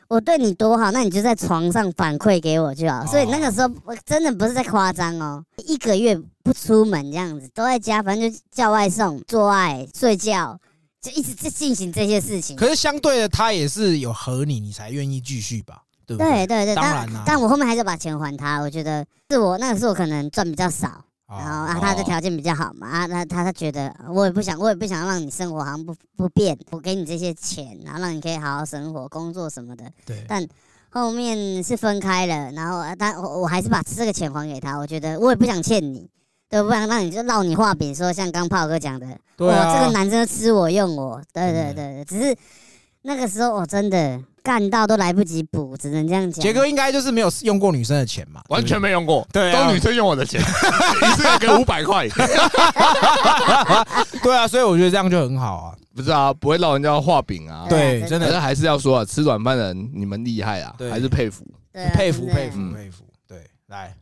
A: 我对你多好，那你就在床上反馈给我就好。所以那个时
B: 哦
A: 候我真的不是在夸张哦，一个月不出门这样子，都在家，反正就叫外送、做爱、睡觉，就一直在进行这些事情。
B: 可是相对的，他也是有和你，你才愿意继续吧，对不
A: 对
B: 对？
A: 对对，
B: 当
A: 但
B: 然啦、
A: 但我后面还是把钱还他。我觉得是我那个时候可能赚比较少，然后
B: 哦
A: 啊，他的
C: 哦
A: 条件比较好嘛，啊，那他他觉得我也不想，我也不想让你生活好像不不变，我给你这些钱，然后让你可以好好生活、工作什么的。
B: 对
A: 但后面是分开了，然后啊但我我还是把这个钱还给他，我觉得我也不想欠你。对，不想让你就烙你画饼，说像刚炮哥讲的，哦
B: 对啊嗯
A: 哇这个男生吃我用我，对对
B: 真的
A: 对，对只是那个时候我真的干到都来不及补，只能这样讲。
B: 杰哥应该就是没有用过女生的钱嘛，
C: 完全没用过，
B: 对啊
C: 都女生用我的钱，一次要给五百块，
B: 对不对对啊，所以我觉得这样就很好啊。
C: 不是啊，不会让人家画饼啊。
B: 对，
A: 对
B: 真
C: 可是
B: 的
C: 还是要说啊，吃软饭的人你们厉害啊，
B: 对
C: 还是佩服。
A: 对啊
B: 佩服
A: 真的
B: 佩服
C: 嗯
B: 佩服。对，来，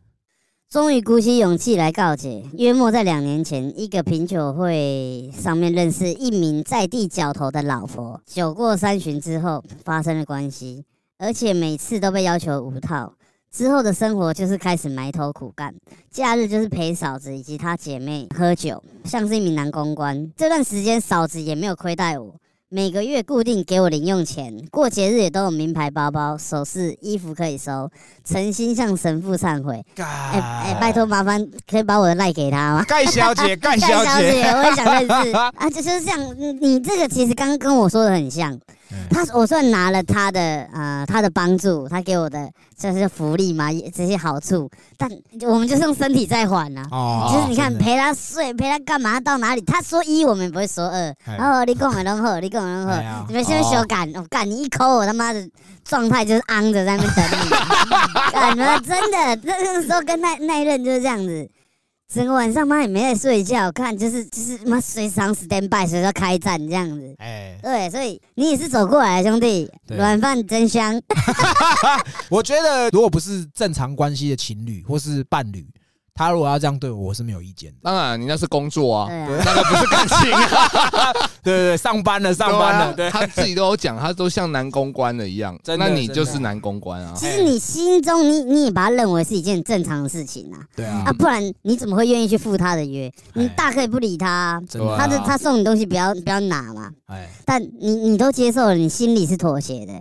A: 终于鼓起勇气来告解。约莫在两年前，一个品酒会上面认识一名在地角头的老佛，酒过三巡之后发生了关系，而且每次都被要求无套。之后的生活就是开始埋头苦干，假日就是陪嫂子以及她姐妹喝酒，像是一名男公关。这段时间嫂子也没有亏待我，每个月固定给我零用钱，过节日也都有名牌包包、首饰、衣服可以收，诚心向神父忏悔。哎、
B: 啊
A: 哎、拜托麻烦可以把我的赖给他吗？
B: 盖小 姐，盖
A: 小
B: 小姐，
A: 我也想认 识啊，就就是这样。你你这个其实刚刚跟我说的很像，
B: 嗯
A: 他我算拿了他的呃他的帮助，他给我的这些福利嘛，也这些好处，但我们就是用身体在还啊。
B: 哦
A: 就是你看
B: 真的
A: 陪他睡，陪他干嘛？他到哪里？他说一，我们不会说二。
B: 哎
A: 哦，你跟我然后你跟我然
B: 哎
A: 后
B: 呀哦
A: 你们先修改，我干你一口，我他妈的状态就是昂着在那边等 你。干嘛？真的，那那个时候跟那那一任就是这样子，整个晚上妈也没在睡觉，看就是就是妈随时 stand by，随时要开战这样子。
B: 哎，
A: 对，所以你也是走过来的，兄弟，
B: 对
A: 软饭真香。
B: 我觉得如果不是正常关系的情侣或是伴侣，他如果要这样对我，我是没有意见的。
C: 当然，你那是工作
B: 哦
C: 啊，
A: 对啊
C: 那个不是感情啊。
B: 对对对，上班了，上班了，对
C: 对啊，他自己都有讲，他都像男公关的一样，
B: 真的
C: 那你就是男公关 啊。
A: 其实你心中你你也把它认为是一件正常的事情啊，
B: 对啊
A: 啊，，不然你怎么会愿意去赴他的
B: 哎
A: 约？你大可以不理他啊、
B: 真的，
C: 对啊
A: 他的他送你东西不要不要拿嘛，
B: 哎
A: 但你你都接受了，你心里是妥协的，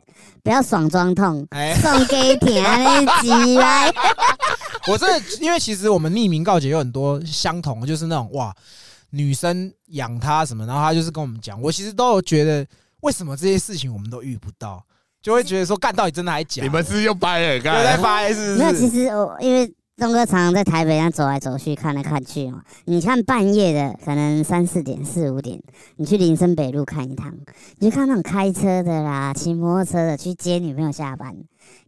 A: 不要爽装痛，
B: 哎，
A: 送给甜的鸡来。
B: 我这因为其实我们匿名告解有很多相同，就是那种哇，女生养他什么，然后他就是跟我们讲，我其实都有觉得为什么这些事情我们都遇不到，就会觉得说干到底真的还假的？
C: 你们哎是又掰了，
B: 又在
C: 干
B: 发 是
A: 没有，
B: 不
A: 其
B: 是？
A: 实我因为东哥常常在台北这样走来走去、看来看去嘛。你看半夜的，可能三四点、四五点，你去林森北路看一趟，你就看那种开车的啦、骑摩托车的去接女朋友下班，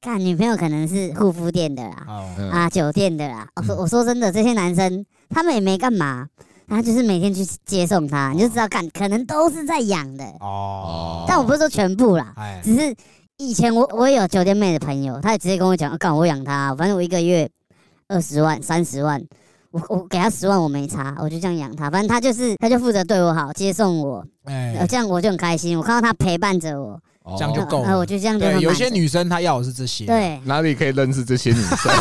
A: 看女朋友可能是护肤店的啦、
B: 哦，
C: 嗯
A: 啊酒店的啦。我说
B: 嗯
A: 我说真的，这些男生他们也没干嘛，他就是每天去接送她，你就知道干可能都是在养的。
B: 哦，
A: 但我不是说全部啦，
B: 哎，
A: 只是以前我我也有酒店妹的朋友，她也直接跟我讲，啊干、我养她啊、反正我一个月二十万、三十万，我我给她十万我没差，我就这样养她，反正她就是她就负责对我好，接送我，呃
B: 哎，
A: 这样我就很开心，我看到她陪伴着我，
B: 这样就
C: 哦
B: 够了
A: 呃我就这样就很
B: 对，
A: 满
B: 有些
A: 足
B: 女生她要的是这些，
A: 对
C: 哪里可以认识这些女生？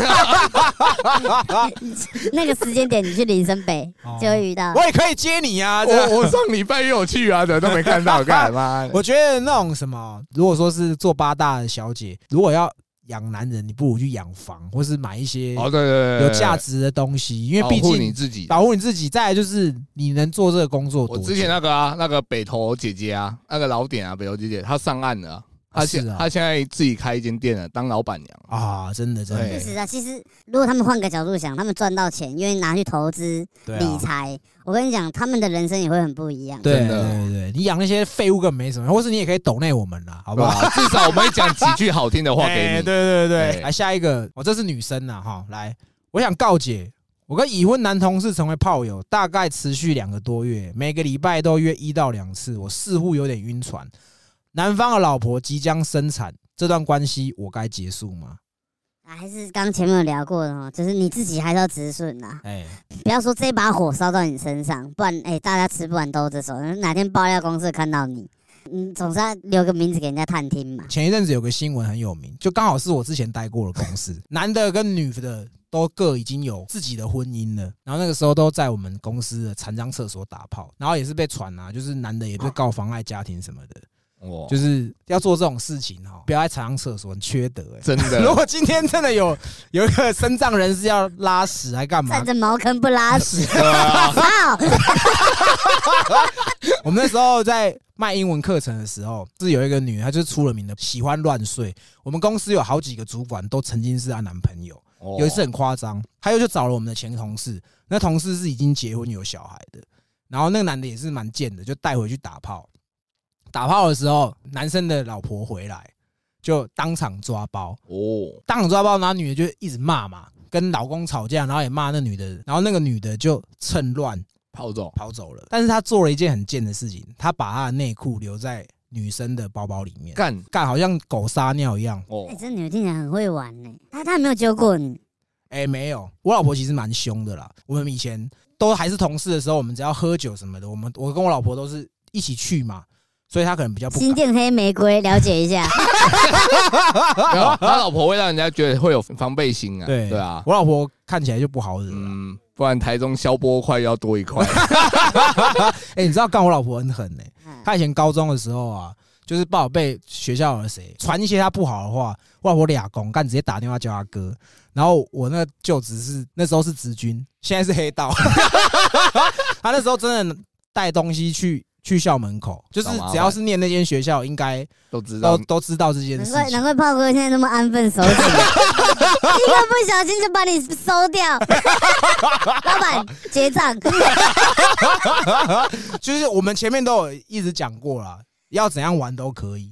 A: 那个时间点你去林森北
B: 哦
A: 就会遇到，
B: 我也可以接你 啊，这样
C: 我我上礼拜也有去啊，的都没看 到，干嘛？
B: 我觉得那种什么，如果说是做八大的小姐，如果要养男人，你不如去养房，或是买一些
C: 哦，对对对，
B: 有价，值的东西，因为毕
C: 保护你
B: 竟
C: 自己。
B: 保护你自己。再来就是你能做这个工作多
C: 我
B: 久，
C: 之前那个啊，那个北投姐姐啊，那个老点啊，北投姐姐，她上岸了啊，她
B: 是
C: 现
B: 啊
C: 她现在自己开一间店了，当老板娘。
B: 啊，真的真
C: 对
B: 的，
A: 是啊，其实如果他们换个角度想，他们赚到钱，愿意拿去投资
B: 对
A: 理
B: 啊，
A: 财，我跟你讲，他们的人生也会很不一样。
B: 对
C: 真
B: 对
C: 的
B: 对对，你养那些废物根本没什么，或是你也可以抖内我们啦，好
C: 好
B: 不
C: 不
B: 好？
C: 好？至少我们也讲几句好听的啊话给
B: 哎
C: 你。
B: 对对对，
C: 哎
B: 来下一个，哦我、这是女生呐，哈，来，我想告解，我跟已婚男同事成为炮友，大概持续两个多月，每个礼拜都约一到两次，我似乎有点晕船。男方的老婆即将生产，这段关系我该结束吗？
A: 啊还是刚前面有聊过的哦，就是你自己还是要直顺呐，
B: 哎、
A: 不要说这把火烧到你身上，不然哎、大家吃不完兜着走，哪天爆料公司看到你，嗯，总是要留个名字给人家探听嘛。
B: 前一阵子有个新闻很有名，就刚好是我之前待过的公 司，男的跟女的都各已经有自己的婚姻了，然后那个时候都在我们公司的残障厕所打炮，然后也是被传啊，就是男的也被告妨碍家庭什么的，
C: 哇，
B: 就是要做这种事情哈，不要在长厕所，很缺德哎、
C: 真的
B: 如 果今天真的 有有一个身障人士要拉屎还干嘛
A: 站？着茅坑不拉屎，
C: 对 啊
A: 操！
B: 我们那时候在卖英文课程的时候，是有一个女的，她就是出了名的喜欢乱睡。我们公司有好几个主管都曾经是她男朋友，
C: 哦
B: 有一次很夸张，她又就找了我们的前同事，那同事是已经结婚有小孩的，然后那个男的也是蛮贱的，就带回去打炮。打炮的时候，男生的老婆回来就当场抓包，
C: 哦，
B: 当场抓包，然后女的就一直骂嘛，跟老公吵架，然后也骂那女的，然后那个女的就趁乱
C: 炮总
B: 跑走了。但是她做了一件很贱的事情，她把她的内裤留在女生的包包里面，干
C: 干
B: 干好像狗撒尿一样。
C: 哦
A: 哎、这女的听起来很会玩呢、她她有没有揪过你？
B: 哎、没有，我老婆其实蛮凶的啦。我们以前都还是同事的时候，我们只要喝酒什么的，我们我跟我老婆都是一起去嘛，所以她可能比较不
A: 新
B: 敢。啊
A: 店黑玫瑰，了解一 下。
C: 没有，他老婆会让人家觉得会有防备心啊。
B: 对
C: 对啊，
B: 我老婆看起来就不好惹啦。
C: 嗯，不然台中消波块要多一块。
B: 哎、你知道干我老婆很狠呢、欸
A: 嗯
B: 他以前高中的时候啊，就是不好被学校的谁传一些他不好的话，外婆俩公干直接打电话叫他哥。然后我那个就职是那时候是职军，现在是黑道。 他那时候真的带东西去去校门口，就是
C: 找麻烦
B: 只要是念那间学校，应该
C: 都知
B: 都
C: 道
B: 都知道这件
A: 难
B: 事
A: 怪
B: 情
A: 难。怪炮哥现在那么安分守己，一 个不小心就把你收掉。 老板结账，
B: 就是我们前面都有一直讲过啦，要怎样玩都可以，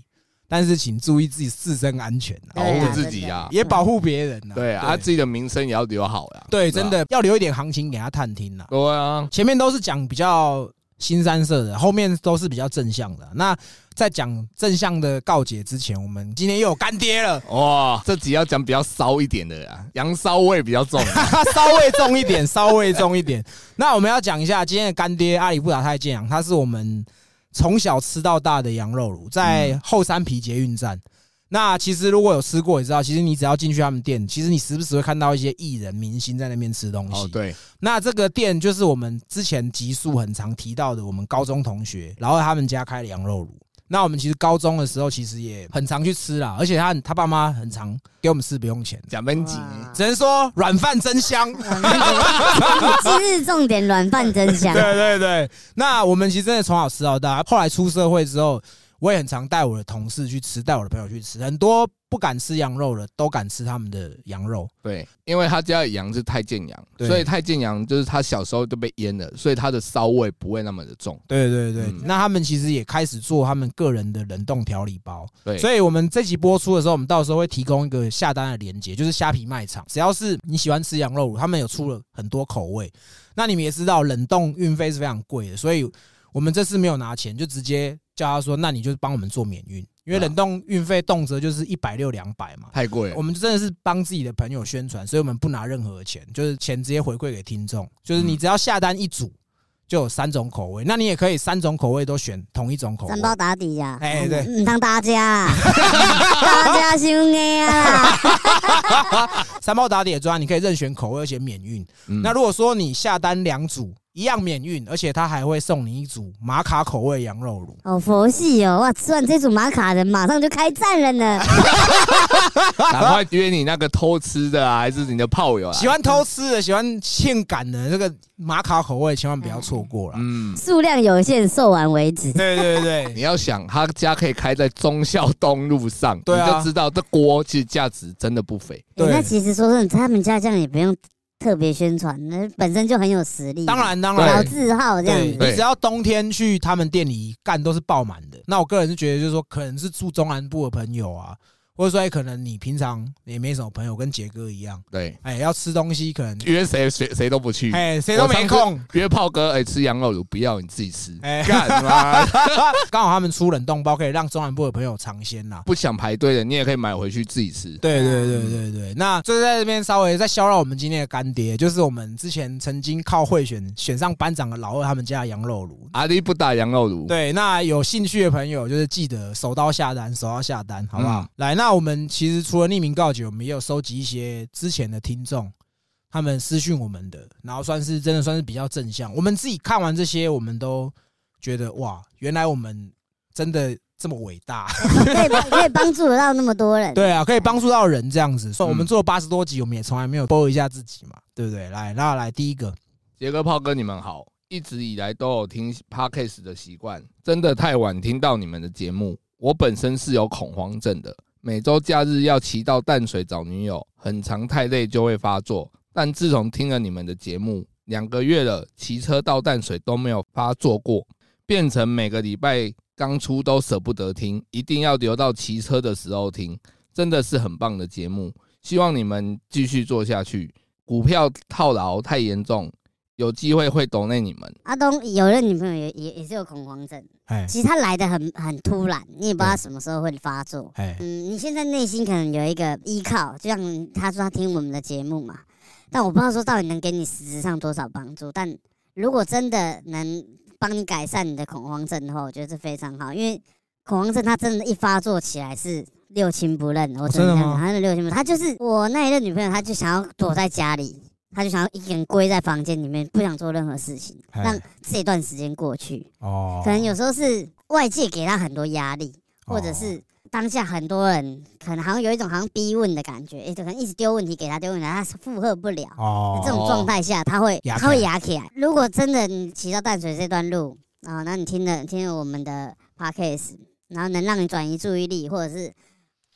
B: 但是请注意自己自身安全啊，
C: 保
A: 对
C: 护
A: 啊
C: 自己啊。
B: 也保护别人啊。
C: 对啊，自己的名声也要留好呀。
B: 对，
C: 吧
B: 真。的要留一点行情给他探听啦。
C: 对啊，
B: 前面都是讲比较新三色的，后面都是比较正向的。那在讲正向的告解之前，我们今天又有干爹了，
C: 哇，这集要讲比较骚一点的啦，羊骚味比较重。啊
B: 稍微重一点，稍微重一点。那我们要讲一下今天的干爹阿里布达泰健羊，它是我们从小吃到大的羊肉炉，在后山皮捷运站。那其实如果有吃过，也知道，其实你只要进去他们店，其实你时不时会看到一些艺人、明星在那边吃东西。
C: 哦，对，
B: 那这个店就是我们之前集数很常提到的，我们高中同学，然后他们家开的羊肉炉。那我们其实高中的时候其实也很常去吃啦，而且他他爸妈很常给我们吃不用钱，
C: 假分级
A: 哇
B: 只能说软饭真香。
A: 今日重点软饭真香。
B: 对对对，那我们其实真的从小吃到大，后来出社会之后，我也很常带我的同事去吃，带我的朋友去吃，很多不敢吃羊肉的都敢吃他们的羊肉。
C: 对，因为他家的羊是太监羊，
B: 对
C: 所以太监羊就是他小时候就被腌了，所以他的骚味不会那么的重。
B: 对对对，
C: 嗯
B: 那他们其实也开始做他们个人的冷冻调理包。
C: 对，
B: 所以我们这集播出的时候，我们到时候会提供一个下单的链接，就是虾皮卖场。只要是你喜欢吃羊肉乳，他们有出了很多口味。那你们也知道，冷冻运费是非常贵的，所以我们这次没有拿钱，就直接叫他说，那你就帮我们做免运，因为
C: 啊
B: 冷冻运费动辄就是一百六两百嘛。
C: 太贵了
B: 我。们真的是帮自己的朋友宣传，所以我们不拿任何钱，就是钱直接回馈给听众。就是
C: 嗯
B: 你只要下单一组，就有三种口味，那你也可以三种口味都选同一种口味
A: 三。包打底呀、
B: 哎对
A: 唔当大家 啊，大家兄弟啊，
B: 三包打底的专案，你可以任选口味，而且免运。
C: 嗯
B: 那如果说你下单两组，一样免运，而且他还会送你一组玛卡口味羊肉炉。
A: 好佛系哦！哇，吃完这组玛卡人，马上就开战了 呢。
C: 赶快约你那个偷吃的啊，还是你的炮友啊？
B: 喜欢偷吃的、喜欢性感的这个玛卡口味，千万不要错过了。
C: 嗯，
A: 数量有限，售完为止。
B: 对对
C: 你
B: 对，
C: 要想他家可以开在忠孝东路上，
B: 对啊
C: 你就知道这锅其实价值真的不菲。
A: 欸
B: 对
A: 那其实说真的，他们家这样也不用特别宣传，那本身就很有实力。
B: 当，然当
A: 老
B: 然
C: 对，
A: 字号这样
B: 对
A: 子。
C: 对
B: 你只要冬天去他们店里干都是爆满的。那我个人是觉得，就是说可能是住中南部的朋友啊，或者说哎可能你平常也没什么朋友，跟杰哥一样，
C: 对，
B: 哎要吃东西可能
C: 约谁谁谁都不去，
B: 哎谁都没
C: 嗯我上
B: 空。
C: 约炮哥哎、吃羊肉炉不要你自己 吃，
B: 哎
C: 干嘛？
B: 刚好他们出冷冻包，可以让中南部的朋友尝鲜啦。
C: 不想排队的你也可以买回去自己吃。
B: 对对对对对，那就在这边稍微再销到我们今天的干爹，就是我们之前曾经靠贿选选上班长的老二他们家的羊肉炉。
C: 阿力不打羊肉炉，
B: 对，那有兴趣的朋友就是记得手刀下单，手刀下单，好不好？
C: 嗯
B: 来，那我们其实除了匿名告解，我们也有收集一些之前的听众。他们私讯我们的，然后算是真的算是比较正向。我们自己看完这些，我们都觉得哇，原来我们真的这么伟大。
A: 可以帮可以帮助得到那么多人。
B: 对啊，可以帮助到人这样子。所以我们做八十多集，我们也从来没有播一下自己嘛，对不对？来，那来第一个，
C: 杰哥炮哥你们好，一直以来都有听 podcast 的习惯，真的太晚听到你们的节目。我本身是有恐慌症的，每周假日要骑到淡水找女友，很长太累就会发作。但自从听了你们的节目，两个月了，骑车到淡水都没有发作过，变成每个礼拜刚出都舍不得听，一定要留到骑车的时候听，真的是很棒的节目。希望你们继续做下去。股票套牢太严重，有机会会抖内你们。
A: 阿东有了女朋友也也也是有恐慌症，
B: 哎
A: 其实他来的很很突然，你也不知道他什么时候会发作。
B: 哎，
A: 嗯，你现在内心可能有一个依靠，就像他说他听我们的节目嘛，但我不知道说到底能给你实质上多少帮助。但如果真的能帮你改善你的恐慌症的话，我觉得是非常好，因为恐慌症它真的，一发作起来是六亲不认。我只能这样
B: 哦真的
A: 讲，
B: 吗
A: 他是六亲不认，他就是我那一任女朋友，她就想要躲在家里，她就想要一个人归在房间里面，不想做任何事情，
B: 哎
A: 让这段时间过去。
B: 哦，
A: 可能有时候是外界给他很多压力，
B: 哦
A: 或者是当下很多人可能好像有一种好像逼问的感觉，也可能一直丢问题给他丢问题，他是负荷不了。
B: 哦，
A: 这种状态下，他会
B: 压
A: 他会
B: 起
A: 压起来。如果真的你骑到淡水这段路啊，那你听了听了我们的 podcast，然后能让你转移注意力，或者是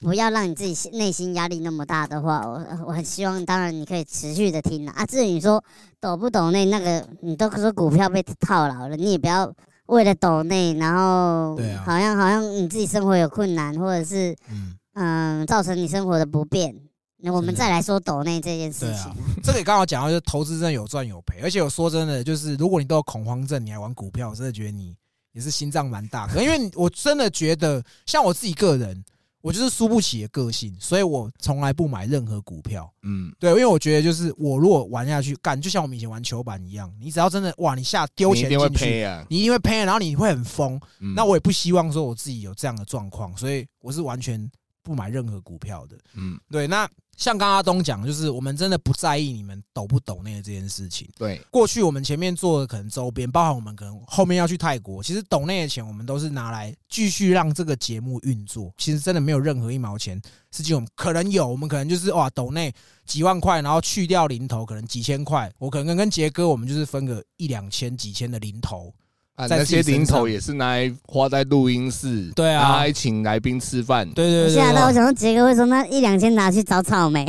A: 不要让你自己心内心压力那么大的话，我我很希望，当然你可以持续的听啦啊。至于你说抖不抖内那个，你都说股票被套牢了，你也不要为了抖内，然后
B: 对啊
A: 好像好像你自己生活有困难，或者是
B: 嗯，
A: 嗯造成你生活的不便，那我们
B: 真的
A: 再来说抖内这件事
B: 对
A: 情
B: 啊。，这个也刚好讲到，就是投资真的有赚有赔，而且我说真的，就是如果你都有恐慌症，你还玩股票，我真的觉得你也是心脏蛮大的。因为我真的觉得，像我自己个人，我就是输不起的个性，所以我从来不买任何股票。
C: 嗯，
B: 对，因为我觉得就是我如果玩下去，干就像我们以前玩球板一样，你只要真的哇，你下丢
C: 你一
B: 钱
C: 定会
B: 进去，
C: 赔啊。
B: 你因为赔，然后你会很疯。
C: 嗯
B: 那我也不希望说我自己有这样的状况，所以我是完全不买任何股票的。
C: 嗯，
B: 对，那像刚刚阿东讲，就是我们真的不在意你们抖不抖那个这件事情。
C: 对，
B: 过去我们前面做的可能周边，包含我们可能后面要去泰国，其实抖那的钱我们都是拿来继续让这个节目运作。其实真的没有任何一毛钱实际我们可能有，我们可能就是哇抖内几万块，然后去掉零头，可能几千块。我可能跟杰哥我们就是分个一两千、几千的零头。
C: 啊，
B: 在
C: 那
B: 自己
C: 些
B: 身
C: 零头
B: 上
C: 也是拿来花在录音室，
B: 对啊
C: 拿来请来宾吃饭，
B: 对对对
A: 吓到我
B: 对
A: 想说杰哥会说那一两千拿去找草 莓，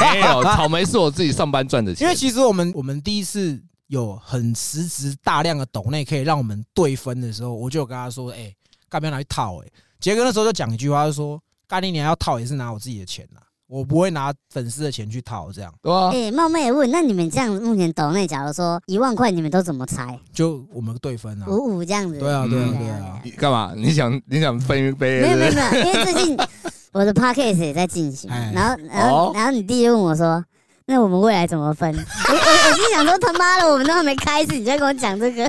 C: 没有草莓是我自己上班赚的钱，
B: 因为其实我们我们第一次有很实质大量的抖内可以让我们对分的时候，我就有跟他说：“哎、干嘛拿去套、哎，杰哥那时候就讲一句话，他就说：“干你娘要套也是拿我自己的钱啦，我不会拿粉丝的钱去套。”这样
C: 对啊，
A: 哎、冒昧也问，那你们这样目前抖内，假如说一万块，你们都怎么
B: 啊
A: 拆？
B: 就我们对分啊，
A: 五五这样子？
B: 对啊，对啊，
C: 嗯
B: 对啊，
C: 你干嘛？你想你想分一杯？
A: 没有没有
C: 是不
A: 没
C: 是
A: 有，因为最 近我的 podcast 也在进行，
B: 哎
A: 然后然后、
C: 哦
A: 然后你弟就问我说。那我们未来怎么 分？我我我心想说他妈的，我们都还没开始，你就跟我讲这个，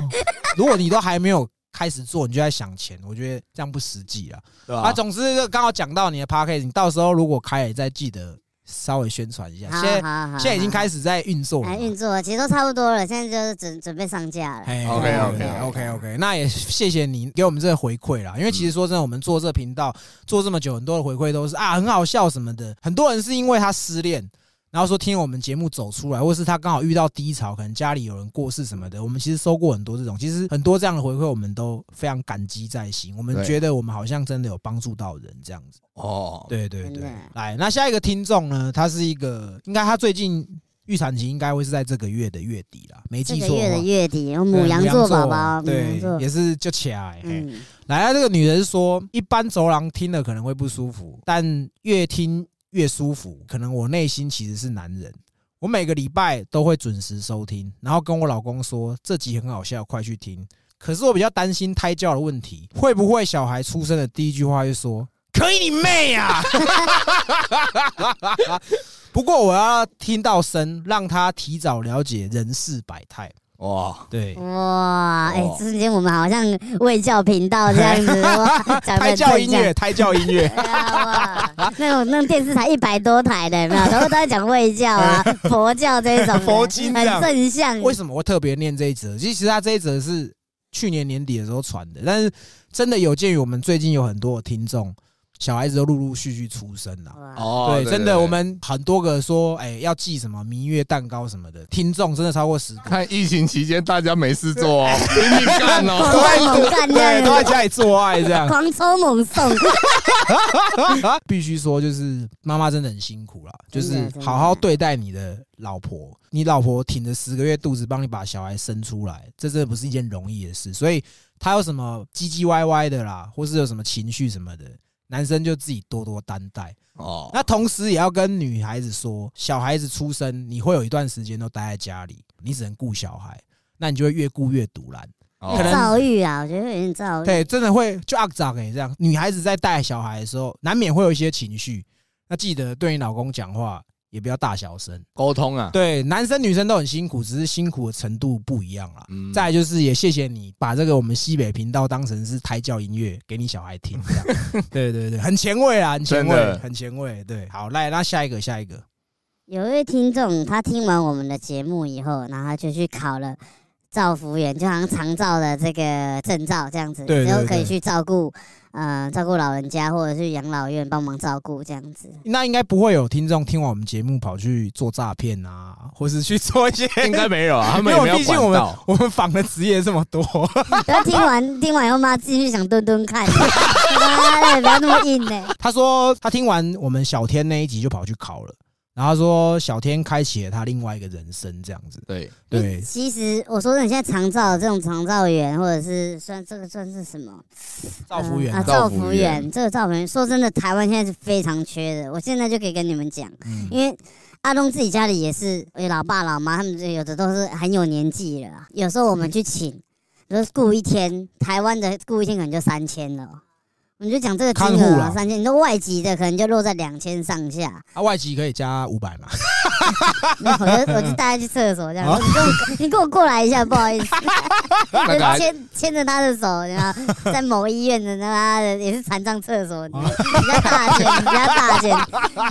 B: 如果你都还没有开始做，你就在想钱，我觉得这样不实际啊。
C: 对
B: 啊，
C: 吧？
B: 总之这个刚好讲到你的 p a c k a g e 你到时候如果开了，再记得稍微宣传一下。
A: 好
B: 现在
A: 好好，
B: 现在已经
A: 始
B: 开始在运作了嘛。
A: 运作了，其实都差不多了，现在就是准准备上架了。
B: 哎
C: OK，OK，OK
B: OK OK，那也谢谢你给我们这个回馈啦。因为其实说真的，我们做这频道做这么久，很多的回馈都是啊很好笑什么的。很多人是因为他失恋，然后说听我们节目走出来，或是他刚好遇到低潮，可能家里有人过世什么的。我们其实收过很多这种，其实很多这样的回馈，我们都非常感激在心。我们
C: 对
B: 觉得我们好像真的有帮助到人这样子。
C: 哦，
B: 对对
A: 真
B: 对
A: 的，
B: 来，那下一个听众呢？他是一个，应该他最近预产期应该会是在这个月的月底啦，没
A: 这
B: 记
A: 个
B: 错的
A: 月
B: 话
A: 的。月底，有母羊座宝宝，母羊
B: 对
A: 座，，
B: 也是就起来。嘿
A: 嗯，
B: 来，啊这个女人说，一般走廊听了可能会不舒服，但越听越舒服。可能我内心其实是男人，我每个礼拜都会准时收听，然后跟我老公说这集很好笑，快去听。可是我比较担心胎教的问题，会不会小孩出生的第一句话就说“可以你 妹呀、啊”？ 不过我要听到声，让他提早了解人世百态。
C: 哇，
B: 对，
A: 哇，哎
C: 哦，
A: 瞬间我们好像卫教频道这样 子，哇，讲得
B: 胎
A: 很
B: 教
A: 正
B: 音
A: 向
B: 乐，胎教音乐。
A: 对啊哇那种那种电视台一百多台的，有没有？全部都在讲卫教 啊、佛教这一种的，
B: 哎佛经这
A: 很
B: 样
A: 正向。
B: 为什么会特别念这一则？其实他这一则是去年年底的时候传的，但是真的有鉴于我们最近有很多的听众，小孩子都陆陆续续出生了。
A: 哇
C: 哦，
B: 对，真的，我们很多个说，哎，要寄什么蜜月蛋糕什么的，听众真的超过十个，
C: 看疫情期间大家没事做 哦，拼命干哦，
A: 都在猛干这
B: 对，都在
A: 样子，
B: 家里做爱这样。
A: 狂抽猛送，
B: 必须说，就是妈妈真的很辛苦啦，就
A: 真
B: 是
A: 的真的
B: 好好对待你的老婆，你老婆挺着十个月肚子帮你把小孩生出来，这真的不是一件容易的事。所以她有什么唧唧歪歪的啦，或是有什么情绪什么的，男生就自己多多担待。
C: 哦，
B: 那同时也要跟女孩子说，小孩子出生，你会有一段时间都待在家里，你只能顾小孩，那你就会越顾越独揽。
C: 哦
B: 可能
A: 躁郁 啊，我觉得有点躁郁。
B: 对，真的会就肮脏哎，这样女孩子在带小孩的时候，难免会有一些情绪。那记得对你老公讲话也不要大小声。
C: 沟通啊，
B: 对，男生女生都很辛苦，只是辛苦的程度不一样啦。
C: 嗯
B: 再来就是也谢谢你把这个我们西北频道当成是胎教音乐给你小孩听，这 样对对对，很前卫啊，很前
C: 真的
B: 卫，很前卫。对，好，来，那下一个，下一个，
A: 有一位听众，他听完我们的节目以后，然后他就去考了照服员，就好像长照的这个证照这样子，
B: 对对
A: 之后可以
B: 对
A: 去照顾，呃，照顾老人家或者去养老院帮忙照顾这样子。
B: 那应该不会有听众听完我们节目跑去做诈骗啊，或是去做一些，
C: 应该没有啊，他们
B: 因
C: 也
B: 为
C: 没有
B: 毕竟
C: 管
B: 我们
C: 到。
B: 我们访的职业这么多，
A: 然后听完听完以后，妈继续想蹲蹲看， 妈的，不要那么硬呢、
B: 他说他听完我们小天那一集就跑去考了，然后他说小天开启了他另外一个人生这样子。
C: 对，
B: 对，
A: 其实我说真的，现在长照这种长照员，或者是算这个算是什么？
B: 造福员
A: 呃啊，
C: 造
A: 造
C: 福
A: 福
C: 员
A: 员，这个造福员，说真的，台湾现在是非常缺的。我现在就可以跟你们讲，
B: 嗯
A: 因为阿东自己家里也是，有老爸老妈，他们有的都是很有年纪了啊。有时候我们去请，比如说雇一天，台湾的雇一天可能就三千了哦。我们就讲这个金
B: 看护
A: 额
B: 啦
A: 啊，三千，你说外籍的可能就落在两千上下。
B: 啊，外籍可以加五百嘛？
A: 那我就我就带他去厕所这样，我说你跟我你跟我过来一下，不好意思，
C: 那个 还
A: 牵牵着他的手，然后在某医院的他妈的也是残障厕所，你比较大间，比较大间。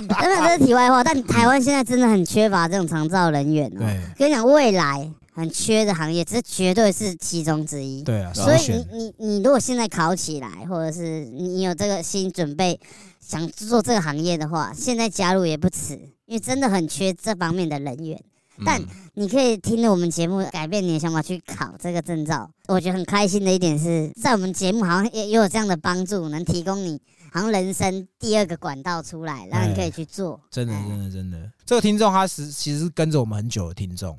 A: 当然这是题外话，但台湾现在真的很缺乏这种长照人员哦。
B: 对
A: 跟你讲，未来很缺的行业，这绝对是其中之一。
B: 对啊，
A: 所
B: 首
A: 以
B: 选
A: 你你你如果现在考起来，或者是你你有这个心准备想做这个行业的话，现在加入也不迟，因为真的很缺这方面的人员。但
C: 嗯
A: 你可以听了我们节目，改变你的想法去考这个证照。我觉得很开心的一点是，在我们节目好像也也有这样的帮助，能提供你好像人生第二个管道出来，让你可以去做。
B: 真的
A: 哎
B: 真的真的，这个听众他是其实是跟着我们很久的听众。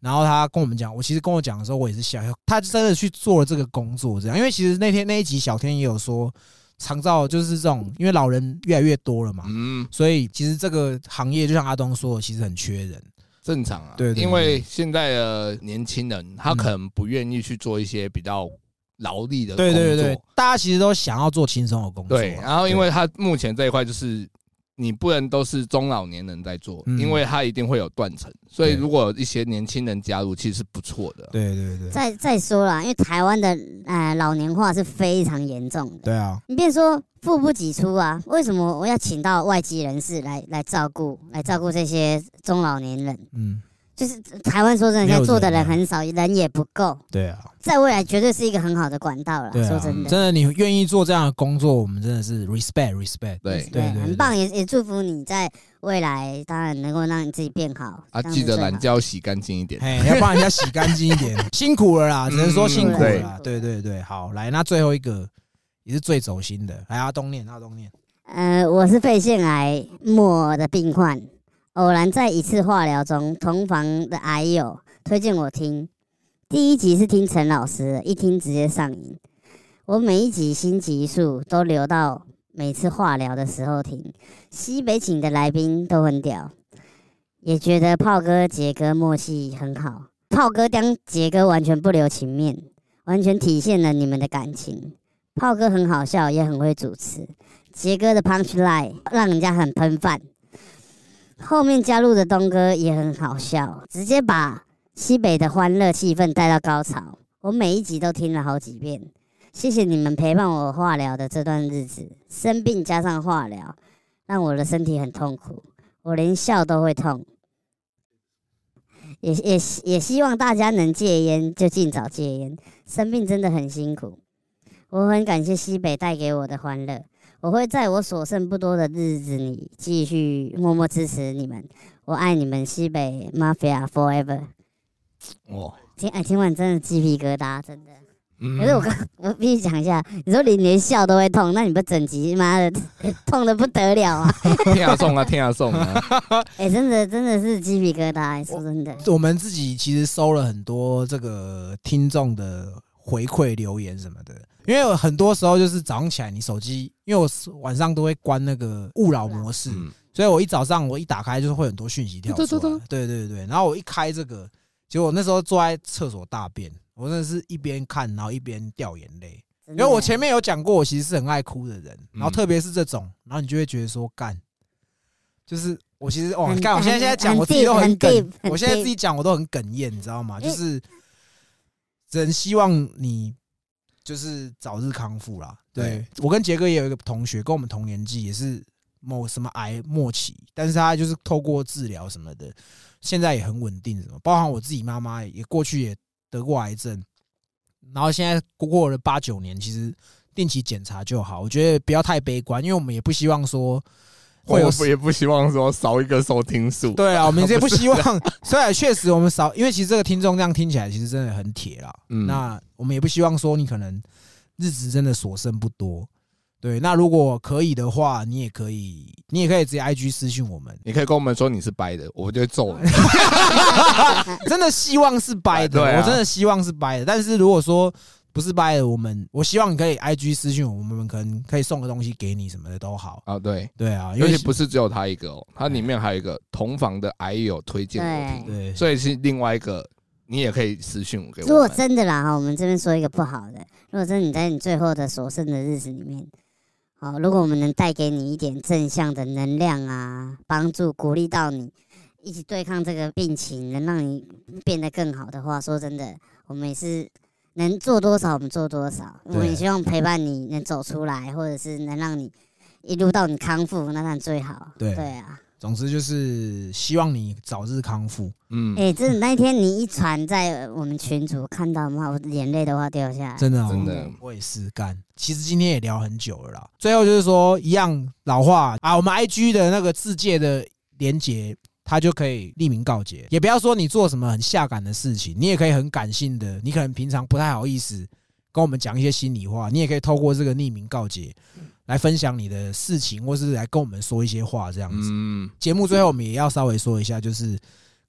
B: 然后他跟我们讲，我其实跟我讲的时候，我也是想，他真的去做了这个工作，这样。因为其实那天那一集小天也有说，长照就是这种，因为老人越来越多了嘛，
C: 嗯，
B: 所以其实这个行业就像阿东说的，其实很缺人。
C: 正常啊，
B: 对对对嗯
C: 因为现在的年轻人他可能不愿意去做一些比较劳力的工
B: 对
C: 作，
B: 对对，大家其实都想要做轻松的工作啊。
C: 对，然后因为他目前这一块就是你不能都是中老年人在做，
B: 嗯
C: 因为它一定会有断层。所以
B: 对
C: 如果有一些年轻人加入，其实是不错的。
B: 对对对，
A: 再再说了，因为台湾的呃老年化是非常严重的，
B: 对啊，
A: 你别说付不起出啊，为什么我要请到外籍人士来来照顾来照顾这些中老年人？
B: 嗯，
A: 就是台湾说真的，
B: 没有
A: 现在做的
B: 人啊
A: 人很少，人也不够，
B: 对啊，
A: 在未来绝对是一个很好的管道了。
B: 对啊，
A: 说真的，
B: 真的，你愿意做这样的工作，我们真的是 respect respect。
C: 对
B: 对对
A: 很棒，也也祝福你在未来，当然能够让你自己变好
C: 啊，
A: 这样
C: 记
A: 是
C: 得
A: 最
C: 懒
A: 好
C: 觉洗干净一点。
B: 嘿，要帮人家洗干净一点， 辛苦了啦，只能说辛苦了啦。
A: 嗯
B: 对对对，好，来，那最后一个也是最走心的，来阿啊东念，阿东念，
A: 呃，我是肺腺癌末的病患，偶然在一次化疗中，同房的癌友推荐我听，第一集是听陈老师的，一听直接上瘾。我每一集新集数都留到每次化疗的时候听，西北请的来宾都很屌，也觉得炮哥、杰哥默契很好，炮哥当杰哥完全不留情面，完全体现了你们的感情。炮哥很好笑，也很会主持。杰哥的 punch line 让人家很喷饭。后面加入的东哥也很好笑，直接把西北的欢乐气氛带到高潮。我每一集都听了好几遍，谢谢你们陪伴我化疗的这段日子。生病加上化疗，让我的身体很痛苦，我连笑都会痛。也也也希望大家能戒烟就尽早戒烟，生病真的很辛苦。我很感谢西北带给我的欢乐，我会在我所剩不多的日子里继续默默支持你们。我爱你们，西北 Mafia Forever。
C: 哦，
A: 听哎，听完真的鸡皮疙瘩，真的。
C: 嗯
A: 可是我刚 我必须讲一下，你说你连笑都会痛，那你不整集妈的 痛的不得了啊！
C: 听啊送啊，听啊 送啊，
A: 哎、真的真的是鸡皮疙瘩、哎说真的，
B: 我们自己其实收了很多这个听众的回馈留言什么的，因为很多时候就是早上起来你手机，因为我晚上都会关那个勿扰模式，
C: 嗯，
B: 所以我一早上我一打开就是会很多讯息跳出来，对
C: 对对对
B: 对对，然后我一开这个，结果那时候坐在厕所大便，我真的是一边看然后一边掉眼泪，
A: 因
B: 因为我前面有讲过，我其实是很爱哭的人，然后特别是这种，然后你就会觉得说干，就是我其实哇
A: 很
B: 干，我现在
A: 很
B: 现在讲
A: 很
B: 我自己
A: deep，
B: 都很
A: 很
B: 哽
A: deep，，很
B: 我现在
A: deep
B: 自己讲我都很哽咽，你知道吗？就
A: 因为
B: 是真希望你就是早日康复啦。对
C: 对
B: 我跟杰哥也有一个同学，跟我们同年纪，也是某什么癌末期，但是他就是透过治疗什么的，现在也很稳定，什么，包含我自己妈妈也过去也得过癌症，然后现在过了八九年，其实定期检查就好，我觉得不要太悲观，因为我们也不希望说 会有
C: 我不也不希望说少一个收听数。
B: 对啊，我们也不
C: 不是
B: 希望，虽然确实我们少，因为其实这个听众这样听起来其实真的很铁啦。
C: 嗯
B: 那我们也不希望说你可能日子真的所剩不多。对，那如果可以的话，你也可以，你也可以直接 IG 私信我们。
C: 你可以跟我们说你是白的，我就会揍 你。
B: 真的希望是掰的，
C: 对啊
B: 我真的希望是掰的。但是如果说不是掰的，我们我希望你可以 IG 私信我们，我们可能可以送个东西给你什么的都好。
C: 啊，对，
B: 对啊，因
C: 尤
B: 为
C: 其不是只有他一个哦，它里面还有一个同房的癌友推荐我听，
B: 对
C: 所以是另外一个，你也可以私信我给我
A: 如果
C: 们。
A: 真的啦哈，我们这边说一个不好的，如果真的你在你最后的所剩的日子里面，好，如果我们能带给你一点正向的能量啊，帮助鼓励到你，一起对抗这个病情，能让你变得更好的话，说真的，我们也是能做多少我们做多少，我
B: 对
A: 们也希望陪伴你能走出来，或者是能让你一路到你康复，那当然最好。
B: 对
A: 对啊，
B: 总之就是希望你早日康复。
C: 嗯，
A: 哎、真的那一天你一传在我们群组看到嘛，我眼泪都要掉下来。
B: 真的、哦，
C: 真的
B: 我也是干。其实今天也聊很久了啦。最后就是说，一样老话啊，我们 IG 的那个世界的连接，它就可以匿名告捷。也不要说你做什么很下感的事情，你也可以很感性的，你可能平常不太好意思跟我们讲一些心里话，你也可以透过这个匿名告捷来分享你的事情，或是来跟我们说一些话这样子。
C: 嗯，
B: 节目最后我们也要稍微说一下，就是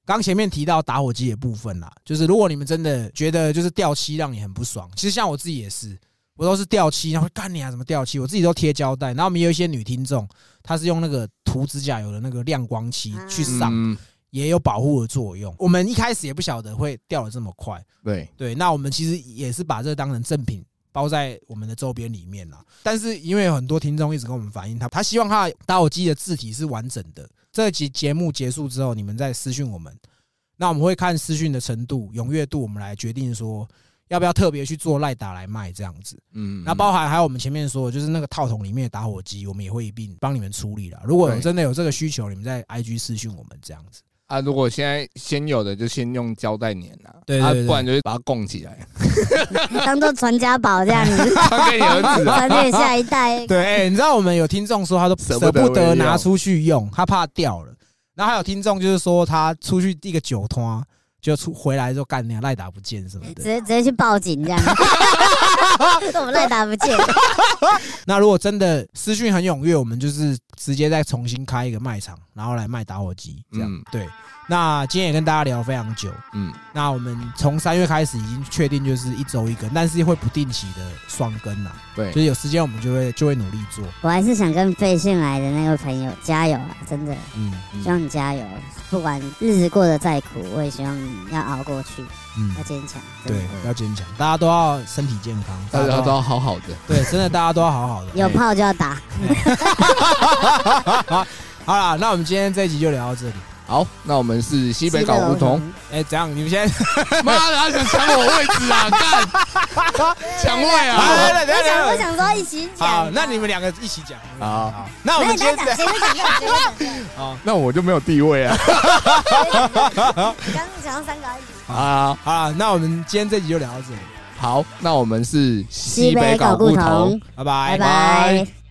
B: 刚前面提到打火机的部分啦，就是如果你们真的觉得就是掉漆让你很不爽，其实像我自己也是，我都是掉漆，然后干你啊怎么掉漆，我自己都贴胶带，然后我们也有一些女听众，她是用那个涂指甲油的那个亮光漆去上，
C: 嗯
B: 也有保护的作用。我们一开始也不晓得会掉的这么快，
C: 对，
B: 对，那我们其实也是把这当成正品包在我们的周边里面啦。但是因为有很多听众一直跟我们反映，他他希望他的打火机的字体是完整的。这集节目结束之后，你们再私讯我们，那我们会看私讯的程度、踊跃度，我们来决定说要不要特别去做赖打来卖这样子。
C: 嗯，
B: 那包含还有我们前面说的，就是那个套筒里面的打火机，我们也会一并帮你们处理了。如果有
C: 对
B: 真的有这个需求，你们在 IG 私讯我们这样子。
C: 啊，如果现在先有的就先用胶带粘啦，
B: 对对对
C: 啊，不然就是把它供起来，
A: 当做传家宝这样 子
C: 传给你儿子啊。
A: 传给下一代。
B: 对，哎、你知道我们有听众说他都舍
C: 舍不得
B: 不得
C: 用
B: 拿出去用，他怕掉了。然后还有听众就是说他出去一个酒托，就出回来之后干掉赖打不见什么
A: 直
B: 的。
A: 接直接去报警这样， 我们赖打不见，
B: 那如果真的私讯很踊跃，我们就是直接再重新开一个卖场，然后来卖打火机这样。
C: 嗯
B: 对，那今天也跟大家聊非常久。
C: 嗯，
B: 那我们从三月开始已经确定就是一周一更，但是会不定期的双更啦，
C: 对
B: 就，是有时间我们就会就会努力做。
A: 我还是想跟费信来的那位朋友加油啊！真的，
B: 嗯
A: 希望你加油，不管日子过得再苦，我也希望你要熬过去，
B: 嗯
A: 要，坚强。真
B: 对
A: 的，
B: 要坚强，大家都要身体健康，
C: 嗯大家都
B: 要
C: 要好好的。
B: 对，真的大家都要好 好的。
A: 有炮就要打，
B: 好啦，那我们今天这一集就聊到这里。
C: 好，那我们是西北搞梧桐。
B: 哎，怎样？你们先
C: 妈的，他想抢我位置啊！干， 抢位
B: 哎来
C: 啊！
B: 来来
A: 我想我
B: 来来，
A: 想说一起
B: 好，
A: 讲，
B: 那你们两个一起讲。
C: 好，
B: 那我
A: 没有
B: 们
A: 你
B: 今天
A: 先讲，先讲，先讲，先讲
C: 那我就没有地位啊！
A: 你刚刚想要三个而已。
C: 啊，
B: 好啦，那我们今天这集就聊到这里，
C: 好，那我们是
A: 西北搞
C: 故
A: 故同，，
B: 拜
A: 拜。
B: 拜
A: 拜。